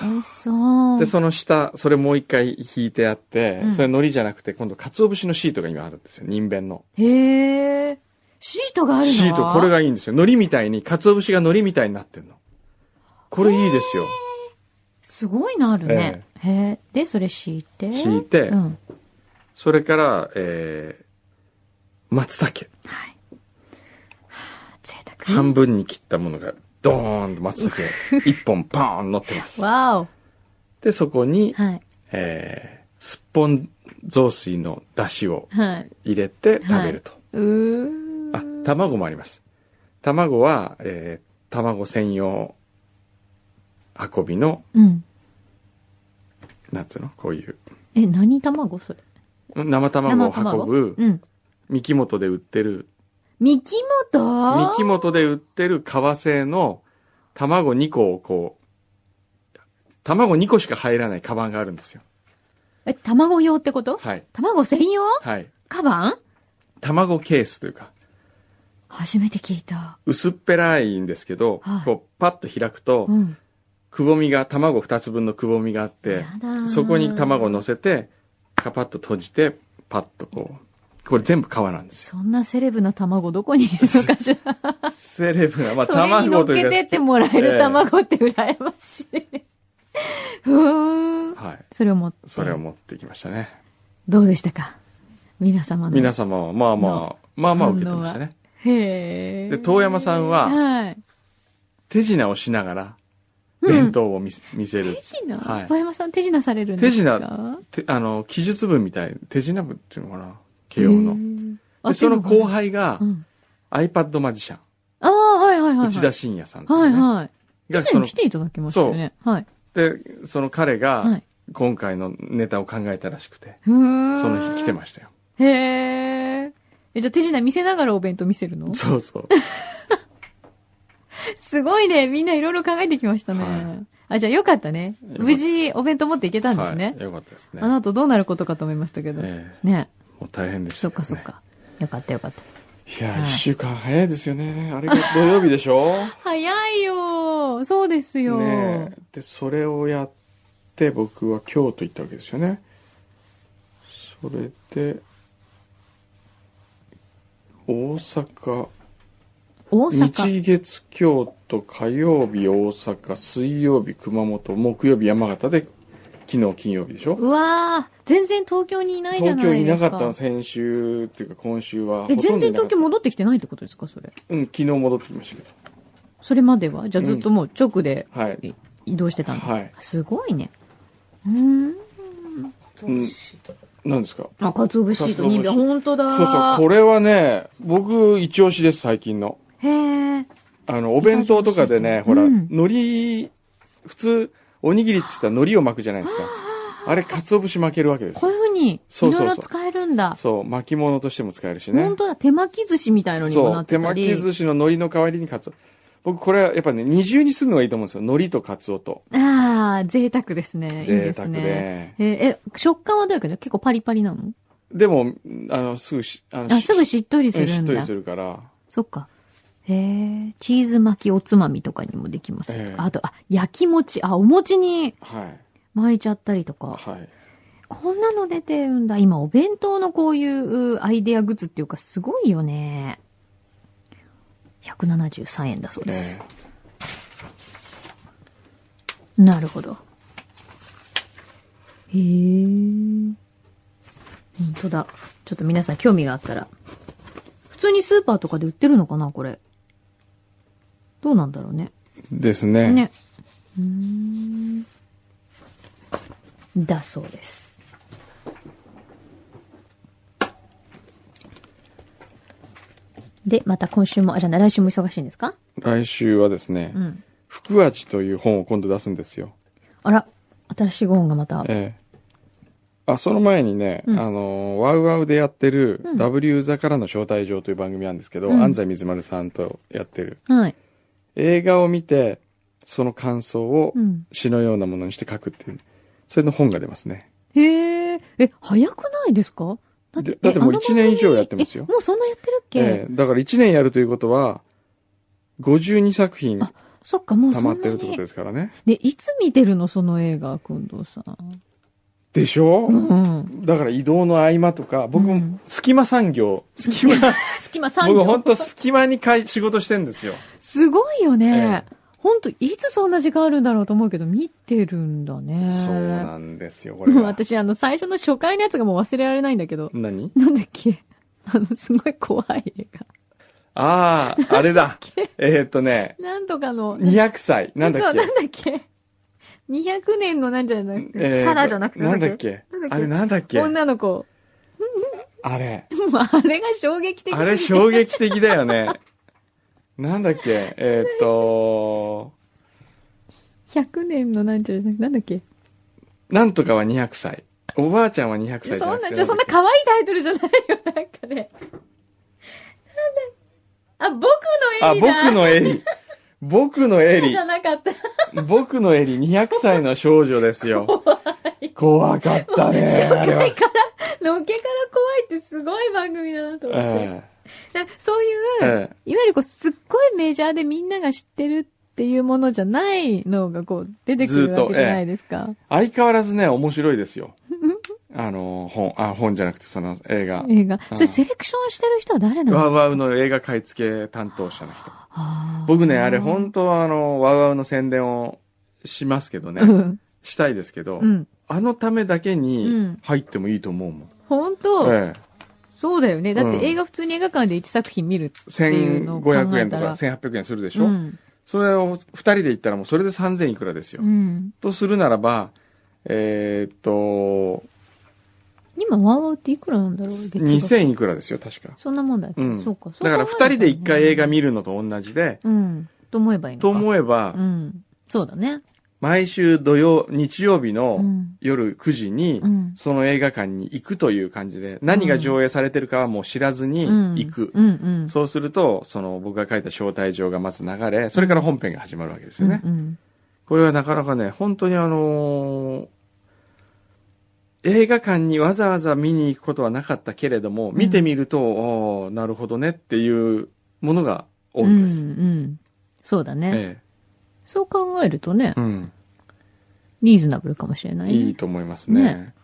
Speaker 4: 美味しそう。
Speaker 3: で、その下、それもう一回引いてあって、
Speaker 4: うん
Speaker 3: それ海苔じゃなくて、今度、鰹節のシートが今あるんですよ、人弁の。
Speaker 4: へえ。シートがあるの
Speaker 3: シート、これがいいんですよ。海苔みたいに、鰹節が海苔みたいになってるの。これいいですよ。
Speaker 4: すごいのあるね。へえ。で、それ敷いて。
Speaker 3: 敷いて、
Speaker 4: うん。
Speaker 3: それから、えー、松茸。
Speaker 4: はい。はあ贅沢。
Speaker 3: 半分に切ったものが、ドーンと松茸、一本パーン乗ってます。
Speaker 4: わ
Speaker 3: で、そこに
Speaker 4: お。、はい。
Speaker 3: えー、すっぽん雑炊の出汁を
Speaker 4: はい。
Speaker 3: 入れて食べると。
Speaker 4: うー。
Speaker 3: あ、卵もあります。卵は、えー卵専用運びの、
Speaker 4: うん。
Speaker 3: なんつうのこういう、
Speaker 4: え、何卵それ。
Speaker 3: 生卵を運ぶ、
Speaker 4: うん。
Speaker 3: 三木本で売ってる、
Speaker 4: 三木本
Speaker 3: 三木本で売ってる革製の卵2個をこう、卵2個しか入らないカバンがあるんですよ。
Speaker 4: え、卵用ってこと
Speaker 3: はい。
Speaker 4: 卵専用
Speaker 3: はい。
Speaker 4: カバン
Speaker 3: 卵ケースというか、
Speaker 4: 初めて聞いた。
Speaker 3: 薄っぺらいんですけど、
Speaker 4: はい
Speaker 3: こうパッと開くと、
Speaker 4: うん。
Speaker 3: くぼみが、卵2つ分のくぼみがあって
Speaker 4: や、だ
Speaker 3: そこに卵を乗せて、カパッと閉じて、パッとこう。これ全部皮なんですよ。
Speaker 4: そんなセレブな卵どこにいるのかしら。
Speaker 3: セレブな、まあ、
Speaker 4: それに
Speaker 3: 卵
Speaker 4: 乗っ
Speaker 3: と
Speaker 4: けて
Speaker 3: い
Speaker 4: っ
Speaker 3: う
Speaker 4: てもらえ
Speaker 3: え
Speaker 4: る
Speaker 3: え
Speaker 4: 卵って羨ましい。ふーん
Speaker 3: か。。はい。
Speaker 4: それを持って。
Speaker 3: それを持ってきましたね。
Speaker 4: どうでしたか皆様の。
Speaker 3: 皆様は、まあまあ、まあまあ受けてましたね。
Speaker 4: へえ。
Speaker 3: で遠山さんは
Speaker 4: はい。
Speaker 3: 手品をしながら、
Speaker 4: うん
Speaker 3: 弁当を見せ,、見せる
Speaker 4: 手。品、
Speaker 3: はい
Speaker 4: 遠山さん手品されるんですか
Speaker 3: 手てあの、記述文みたい。手品部っていうのかな慶応の。
Speaker 4: の
Speaker 3: で、その後。輩が
Speaker 4: う、ん、
Speaker 3: iPad マジシャン、
Speaker 4: ああ、はいはいはい、はい。
Speaker 3: 内田信也さんってい
Speaker 4: は
Speaker 3: う
Speaker 4: い
Speaker 3: ね
Speaker 4: はい。以
Speaker 3: が、
Speaker 4: 前
Speaker 3: その
Speaker 4: 来、ていただきましたよね。はい。
Speaker 3: で、その彼
Speaker 4: は
Speaker 3: が
Speaker 4: い、
Speaker 3: 今回のネタを考えたらしくて、
Speaker 4: そ
Speaker 3: その
Speaker 4: の
Speaker 3: 日来てましたよ。
Speaker 4: す。へえ。えじゃあ手品見せながらお弁当見せるの
Speaker 3: そうそう。
Speaker 4: すごいね。みんないろいろ考えてきましたね。
Speaker 3: はい
Speaker 4: あ、じゃあよかったね。
Speaker 3: かった
Speaker 4: 無事お弁当持っていけたんですね。
Speaker 3: はい、よかったですね。
Speaker 4: あの後どうなることかと思いましたけど。
Speaker 3: ええ
Speaker 4: ね。
Speaker 3: もう大変でした
Speaker 4: そ
Speaker 3: よ
Speaker 4: っ
Speaker 3: ね
Speaker 4: かそっ。か。よかったよかった。
Speaker 3: いや、
Speaker 4: はい
Speaker 3: 一週間早いですよね。あれが土曜日でし ょ
Speaker 4: 早いよそうですよ、
Speaker 3: ねえで、それをやって、僕は京都行ったわけですよね。それで、大阪、
Speaker 4: 大阪。
Speaker 3: 日月京都、火曜日大阪、水曜日熊本、木曜日山形で、昨日金曜日でしょ
Speaker 4: うわー全然東京にいないじゃ
Speaker 3: 東
Speaker 4: な
Speaker 3: 京
Speaker 4: い
Speaker 3: い
Speaker 4: で
Speaker 3: な
Speaker 4: す
Speaker 3: か
Speaker 4: か。
Speaker 3: ったの、先週っていうか今週は。
Speaker 4: え、
Speaker 3: ほとんど
Speaker 4: 全
Speaker 3: い
Speaker 4: 然
Speaker 3: なかった
Speaker 4: 東京戻ってきてないってことですかそれ。
Speaker 3: うん、昨日戻ってきましたけど。
Speaker 4: それまではじゃあずっともう直で
Speaker 3: はい。
Speaker 4: 移動してたんだ。
Speaker 3: はい。
Speaker 4: すごいね。うーん。
Speaker 3: うん。何ですか
Speaker 4: あ、かつお節と2秒。
Speaker 3: 鰹節
Speaker 4: ほんとだ。
Speaker 3: そうそう、これはね、僕、一押しです、最近の。
Speaker 4: れ。へえ。
Speaker 3: あの、お弁当とかでね、
Speaker 4: 一
Speaker 3: ほ
Speaker 4: 押
Speaker 3: ら、
Speaker 4: しうん
Speaker 3: 海苔、普通、おにぎりって言ったら海苔を巻くじゃないですか。あれ、鰹節巻けるわけです
Speaker 4: こう
Speaker 3: よ
Speaker 4: いうふうに、い
Speaker 3: そうそう
Speaker 4: ろ
Speaker 3: そう
Speaker 4: いろ使えるんだ。
Speaker 3: そう、巻き物としても使えるしね
Speaker 4: ほん。とだ。手巻き寿司みたいのにも
Speaker 3: そ
Speaker 4: な
Speaker 3: う、
Speaker 4: っ
Speaker 3: 手
Speaker 4: てた
Speaker 3: 巻
Speaker 4: り。
Speaker 3: き寿司の海苔の代わりにカツオ。僕、これはやっぱね、二重にするのがいいと思うんですよ。海苔とカツオと。
Speaker 4: ああ、贅沢ですね。い
Speaker 3: 贅
Speaker 4: いです
Speaker 3: 沢
Speaker 4: ね。
Speaker 3: で。
Speaker 4: えー、え、食感はどういう感じ結構パリパリなの
Speaker 3: でも、あの、すぐし、あの
Speaker 4: あ、すぐしっとりす
Speaker 3: うんし
Speaker 4: る
Speaker 3: っ
Speaker 4: ん
Speaker 3: とり
Speaker 4: だ
Speaker 3: す。るから。
Speaker 4: そっか。へえ、チーズ巻きおつまみとかにもできますよ、
Speaker 3: ええ
Speaker 4: あと、あ、焼き餅、あ、お餅に
Speaker 3: はい。
Speaker 4: 巻いちゃったりとか。
Speaker 3: はい。
Speaker 4: こんなの出てるんだ。今、お弁当のこういううアイデアグッズっていうか、すごいよね。173円だそうです。
Speaker 3: え
Speaker 4: なるほど。へえ。本当だ。ちょっと皆さん興味があったら。普通にスーパーとかで売ってるのかな、これ。どうなんだろうね。
Speaker 3: えですね。
Speaker 4: ね。うーん。だそうです。で、また今週も、あ、じゃない、来週も忙しいんですか
Speaker 3: 来週はですね、
Speaker 4: うん。
Speaker 3: 福味という本を今度出すんですよ。
Speaker 4: あら、新しいご本がまた。
Speaker 3: ええあ、その前にね、
Speaker 4: うん
Speaker 3: あの、ワウワウでやってる、
Speaker 4: うん
Speaker 3: W 座からの招待状という番組なんですけど、
Speaker 4: うん
Speaker 3: 安西水丸さんとやってる。
Speaker 4: はい。
Speaker 3: 映画を見て、その感想を
Speaker 4: うん。
Speaker 3: 詩のようなものにして書くっていう、それの本が出ますね。
Speaker 4: へえ、え、早くないですかだって
Speaker 3: で、だってもう
Speaker 4: えあの
Speaker 3: 一年以上
Speaker 4: 番組
Speaker 3: やってますよ
Speaker 4: えもうそんなやってるっけ、
Speaker 3: ええだから1年やるということは、52作品
Speaker 4: あそっか、もうそ
Speaker 3: 溜
Speaker 4: んな
Speaker 3: まっ
Speaker 4: に。
Speaker 3: てるってことですからね。
Speaker 4: で、いつ見てるのその映画、くんどうさん。
Speaker 3: でしょ、
Speaker 4: うん。
Speaker 3: だから移動の合間とか、僕
Speaker 4: う
Speaker 3: も
Speaker 4: ん
Speaker 3: 隙間産業、隙間、
Speaker 4: 隙間産業。
Speaker 3: 僕本当隙間にかい仕事してんですよ。
Speaker 4: すごいよね
Speaker 3: え。
Speaker 4: ほんと、いつそんな時間あるんだろうと思うけど、見てるんだね。
Speaker 3: そうなんですよ、これ
Speaker 4: もう
Speaker 3: が。
Speaker 4: 私、あの、最初の初回のやつがもう忘れられないんだけど。
Speaker 3: 何
Speaker 4: なんだっけあの、すごい怖い映画。
Speaker 3: ああ、あれ だ。えーっとね、
Speaker 4: なんとかの。
Speaker 3: 200歳。なんだっ
Speaker 4: そう、なん
Speaker 3: け
Speaker 4: だっけ ?200 年のなんじゃなく
Speaker 3: え
Speaker 4: て、
Speaker 3: ー
Speaker 4: サラじゃなくて。
Speaker 3: なんだっけ
Speaker 4: なんだっけ
Speaker 3: あれなんだっけ
Speaker 4: 女の子。
Speaker 3: あれ。
Speaker 4: もう、あれが衝撃的
Speaker 3: あれ衝撃的だよね。なんだっけえーっと、
Speaker 4: 100年のなんちゃらじゃなくて、なんだっけ
Speaker 3: なんとかは200歳。おばあちゃんは200
Speaker 4: そ
Speaker 3: 歳
Speaker 4: ん
Speaker 3: じゃなくて
Speaker 4: な、じゃあそんな可愛いタイトルじゃないよ、なんかね。なんだあ、
Speaker 3: あ、
Speaker 4: 僕のエリ
Speaker 3: 僕
Speaker 4: だ
Speaker 3: のエリ。僕のエ
Speaker 4: じ
Speaker 3: リ
Speaker 4: ゃ。なかった。
Speaker 3: 僕のエリ200歳の少女ですよ。怖かったね。
Speaker 4: 初
Speaker 3: あれは
Speaker 4: 回から、のっけから怖いってすごい番組だなと思って。
Speaker 3: え
Speaker 4: なんかそういう、
Speaker 3: ええ
Speaker 4: いわゆるこう、すっごいメジャーでみんなが知ってるっていうものじゃないのがこう、出てくる
Speaker 3: ずっと
Speaker 4: わけじゃないですか。
Speaker 3: 相変わらずね、面白いですよ。あの、本、あ、本じゃなくてその映画。
Speaker 4: 映画。
Speaker 3: うん
Speaker 4: それセレクションしてる人は誰な
Speaker 3: ワ
Speaker 4: の
Speaker 3: ウワウの映画買い付け担当者の人。
Speaker 4: あー
Speaker 3: 僕ね、あれ本当はあの、ワウワウの宣伝をしますけどね。
Speaker 4: うん。
Speaker 3: したいですけど、
Speaker 4: うん。
Speaker 3: あのためだけ
Speaker 4: うん
Speaker 3: に入ってもいいと思うもん。
Speaker 4: 本当、
Speaker 3: ええ
Speaker 4: そうだよね。だっ
Speaker 3: うん
Speaker 4: て映画普通に映画館で1作品見る。いうのを考えたら
Speaker 3: 1500円とか1800円するでしょ、
Speaker 4: うん。
Speaker 3: それを2人で行ったらもうそれで3000いくらですよ。
Speaker 4: うん。
Speaker 3: とするならば、えーっと、
Speaker 4: 今、ワンワンっていくらなんだろう月額
Speaker 3: 2000いくらですよ、確か。
Speaker 4: そんなもんだっけ、
Speaker 3: うん
Speaker 4: そうか。そう
Speaker 3: だから
Speaker 4: 考え
Speaker 3: 2
Speaker 4: る
Speaker 3: 人
Speaker 4: と
Speaker 3: で
Speaker 4: ね
Speaker 3: 1回映画見るのと同じで、
Speaker 4: うん。と思えばいいのか。
Speaker 3: と思えば
Speaker 4: う、ん。そうだね。
Speaker 3: 毎週土曜、日曜日
Speaker 4: う
Speaker 3: の
Speaker 4: ん。
Speaker 3: 夜9時に
Speaker 4: う、ん。
Speaker 3: その映画館に行くという感じで、何が上映されてるかはもう知らずに
Speaker 4: うん
Speaker 3: 行く。
Speaker 4: うんうん。
Speaker 3: そうすると、その僕が書いた招待状がまず流れ、それから本編が始まるわけですよね。
Speaker 4: うん
Speaker 3: これはなかなかね、本当にあのー映画館にわざわざ見に行くことはなかったけれども、
Speaker 4: ん
Speaker 3: 見てみると、おーなるほどねっていうものが
Speaker 4: うん。
Speaker 3: 多いです。
Speaker 4: うんうん。そうだね。
Speaker 3: え
Speaker 4: そう考えるとね
Speaker 3: え、うん、
Speaker 4: リーズナブルかもしれないね、
Speaker 3: いいと思いますね。
Speaker 4: ね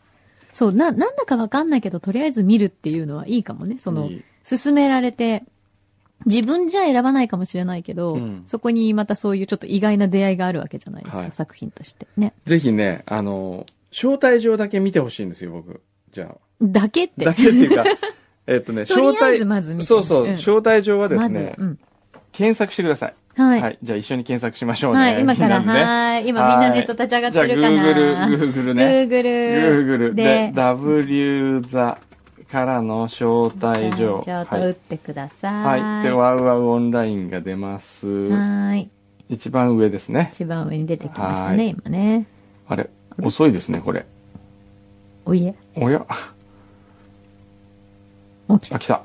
Speaker 4: そう、な、なんだかわかんないけど、とりあえず見るっていうのはいいかもね。その
Speaker 3: い、い
Speaker 4: 勧められて、自分じゃ選ばないかもしれないけど、
Speaker 3: うん
Speaker 4: そこにまたそういうちょっと意外な出会いがあるわけじゃないですか、
Speaker 3: はい
Speaker 4: 作品として。ね。
Speaker 3: ぜひね、あのー招待状だけ見てほしいんですよ、僕。じゃ
Speaker 4: だけっ
Speaker 3: あ。
Speaker 4: て。
Speaker 3: だけっていう か、えっとね、
Speaker 4: とり
Speaker 3: 招
Speaker 4: あえず
Speaker 3: 待、
Speaker 4: まず見て
Speaker 3: そうそう、
Speaker 4: ん
Speaker 3: 招待状はです
Speaker 4: まず
Speaker 3: ね、、
Speaker 4: うん。
Speaker 3: 検索してください。
Speaker 4: はい。
Speaker 3: はい。じゃあ一緒に検索しましょうね。
Speaker 4: はい、今から、
Speaker 3: みんなで ね
Speaker 4: はーい。今みんなネット立ち上がっ
Speaker 3: じゃあ、
Speaker 4: てるかな。
Speaker 3: Google、Google ね。
Speaker 4: Google
Speaker 3: Google
Speaker 4: で
Speaker 3: で、W 座からの招待状。
Speaker 4: ちょっと
Speaker 3: は
Speaker 4: 打っ
Speaker 3: い。
Speaker 4: てください。
Speaker 3: はい。で、ワウワウオンラインが出ます。
Speaker 4: はーい。
Speaker 3: 一番上ですね。
Speaker 4: 一番上に出てきました
Speaker 3: はい
Speaker 4: ね、今ね。
Speaker 3: あれ、遅いですね、これ。
Speaker 4: おいえ。
Speaker 3: おや、
Speaker 4: 起き
Speaker 3: あ、来た。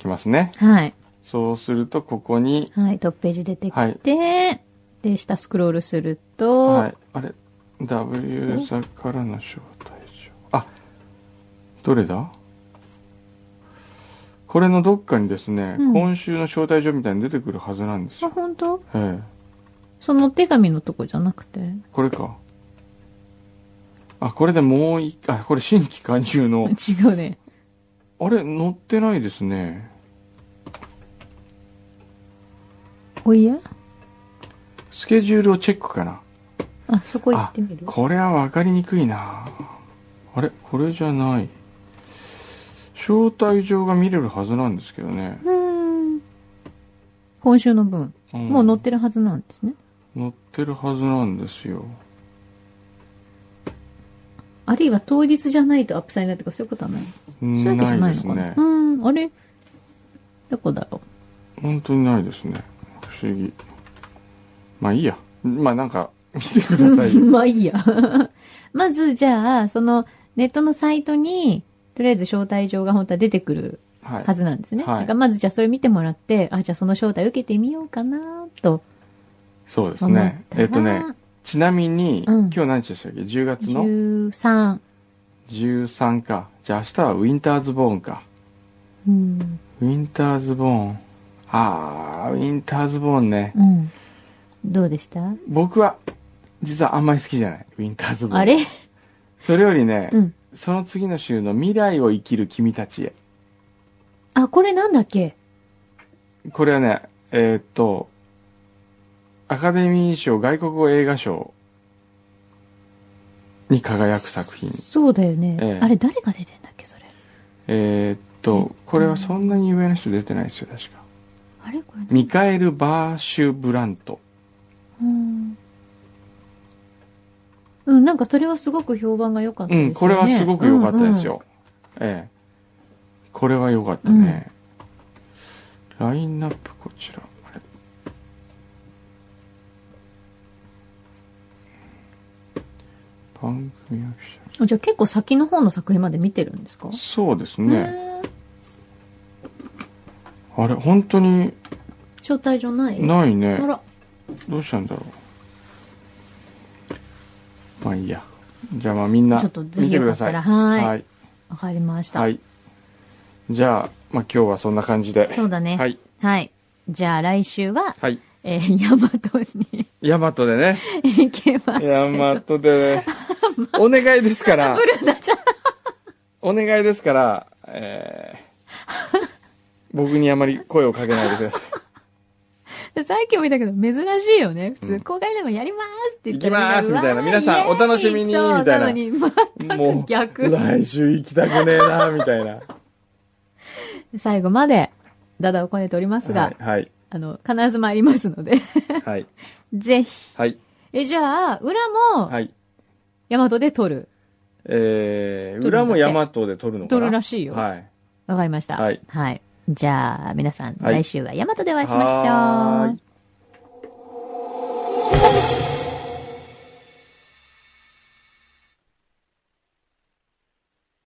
Speaker 3: 来ますね。
Speaker 4: た。はい。
Speaker 3: そうすると、ここに、
Speaker 4: はい、トップページ出てきて、
Speaker 3: はい
Speaker 4: で、下スクロールすると、
Speaker 3: はい。あれ、W 座からの招待状。あ、どれだこれのどっかにですね、
Speaker 4: うん
Speaker 3: 今週の招待状みたいに出てくるはずなんです
Speaker 4: あ、
Speaker 3: よ。
Speaker 4: 本当？
Speaker 3: ええ。
Speaker 4: そのお手紙のとこじゃなくて。
Speaker 3: これか。あ、これでもう一あ、これ新規加入 の。
Speaker 4: 違うね。
Speaker 3: あれ、載ってないですね。
Speaker 4: おいや
Speaker 3: スケジュールをチェックかな。
Speaker 4: あ、そこ行ってみる
Speaker 3: これは分かりにくいなあれこれじゃない招待状が見れるはずなんですけどね、
Speaker 4: うーん。今週の分。
Speaker 3: うん
Speaker 4: もう載ってるはずなんですね。
Speaker 3: 載ってるはずなんですよ
Speaker 4: あるいは当日じゃないとアップされないとかそういうことはない。そういうわけじ
Speaker 3: な
Speaker 4: ゃ
Speaker 3: い
Speaker 4: ない
Speaker 3: で
Speaker 4: の
Speaker 3: す
Speaker 4: かな。
Speaker 3: ね
Speaker 4: うーん、あれどこだろ
Speaker 3: 本当にないですね不思議まあいいやまあなんか見てくださ いう
Speaker 4: まあいいや。まず、じゃあ、その、ネットのサイトに、とりあえず招待状が本当は出てくる
Speaker 3: はい
Speaker 4: はずなんですね。
Speaker 3: はい
Speaker 4: だからまずじゃあそれ見てもらって、あ、じゃあその招待受けてみようかなと
Speaker 3: そうです
Speaker 4: 思ったら。
Speaker 3: ねえっとねちなみに、
Speaker 4: うん
Speaker 3: 今日何日でしたっけ10月の
Speaker 4: 13。
Speaker 3: 13かじゃあ明日はウィンターズボーンか
Speaker 4: うん。
Speaker 3: ウィンターズボーンああウィンターズボーンね
Speaker 4: うん。どうでした
Speaker 3: 僕は実はあんまり好きじゃないウィンターズボーン
Speaker 4: あれ
Speaker 3: それよりね、
Speaker 4: うん
Speaker 3: その次の週の「未来を生きる君たちへ
Speaker 4: あ、これなんだっけ」
Speaker 3: これはねえーっとアカデミー賞外国語映画賞に輝く作品
Speaker 4: そうだよね。
Speaker 3: ええ
Speaker 4: あれ誰が出てんだっけそれ。
Speaker 3: えーっとこれはそんなに有名な人出てないですよ確か
Speaker 4: あれこれ
Speaker 3: ミカエル・バーシュブラント
Speaker 4: うん。うん、なんかそれはすごく評判が良かった
Speaker 3: う
Speaker 4: で
Speaker 3: ん
Speaker 4: すよね。
Speaker 3: これはすごく良かったですよ、ええこれは良かったね、ラインナップこちらあれ番組役
Speaker 4: うん、うんあじゃあ結構先の方の作品まで見てるんですか
Speaker 3: 者そうですね、あれ本当に
Speaker 4: うーん招待状ない
Speaker 3: ないね
Speaker 4: あら。
Speaker 3: どうしたんだろうまあいいやじゃあまあみんな
Speaker 4: ちょっとぜ
Speaker 3: 見
Speaker 4: ひ
Speaker 3: て
Speaker 4: よ
Speaker 3: く
Speaker 4: か
Speaker 3: だ
Speaker 4: った
Speaker 3: さい
Speaker 4: ら、はい。わ、
Speaker 3: はい、
Speaker 4: かりました。
Speaker 3: はい、じゃあ,、まあ今日はそんな感じで
Speaker 4: そうだね。は。
Speaker 3: はいい
Speaker 4: じゃあ来週は、
Speaker 3: はい
Speaker 4: えー、ヤマトに
Speaker 3: ヤマトで ね。
Speaker 4: 行けますけど。
Speaker 3: ヤマトでね。お願いですから
Speaker 4: ブ、ルーナちゃん。
Speaker 3: お願いですから、え ー僕にあまり声をかけないでください。
Speaker 4: さっきも言ったけど、珍しいよね。普
Speaker 3: う
Speaker 4: 通、
Speaker 3: ん
Speaker 4: 公開でもやりますって言っ
Speaker 3: 行きま
Speaker 4: た
Speaker 3: ーすみたいな
Speaker 4: うわー
Speaker 3: 皆さん
Speaker 4: イエーイ
Speaker 3: お楽しみに
Speaker 4: そう
Speaker 3: みたいな
Speaker 4: のに全
Speaker 3: も
Speaker 4: く
Speaker 3: う、
Speaker 4: 逆。
Speaker 3: 来週行きたくねえな、みたいな。
Speaker 4: 最後まで、ダダをこねておりますが、
Speaker 3: はい、はい、
Speaker 4: あの、必ず参ります ので、
Speaker 3: はい、
Speaker 4: ぜひ。
Speaker 3: はい、
Speaker 4: え、じゃあ、裏も、
Speaker 3: はい。
Speaker 4: ヤマトで撮る。
Speaker 3: えー、
Speaker 4: 撮るんだって
Speaker 3: 裏もヤマトで撮るのか
Speaker 4: 撮
Speaker 3: な
Speaker 4: るら
Speaker 3: し
Speaker 4: しいよ。わ、
Speaker 3: はい。
Speaker 4: かりました。
Speaker 3: はい。
Speaker 4: じゃあ、皆さん、
Speaker 3: はい
Speaker 4: 来週はヤマトでお会いしましょう。
Speaker 3: はーい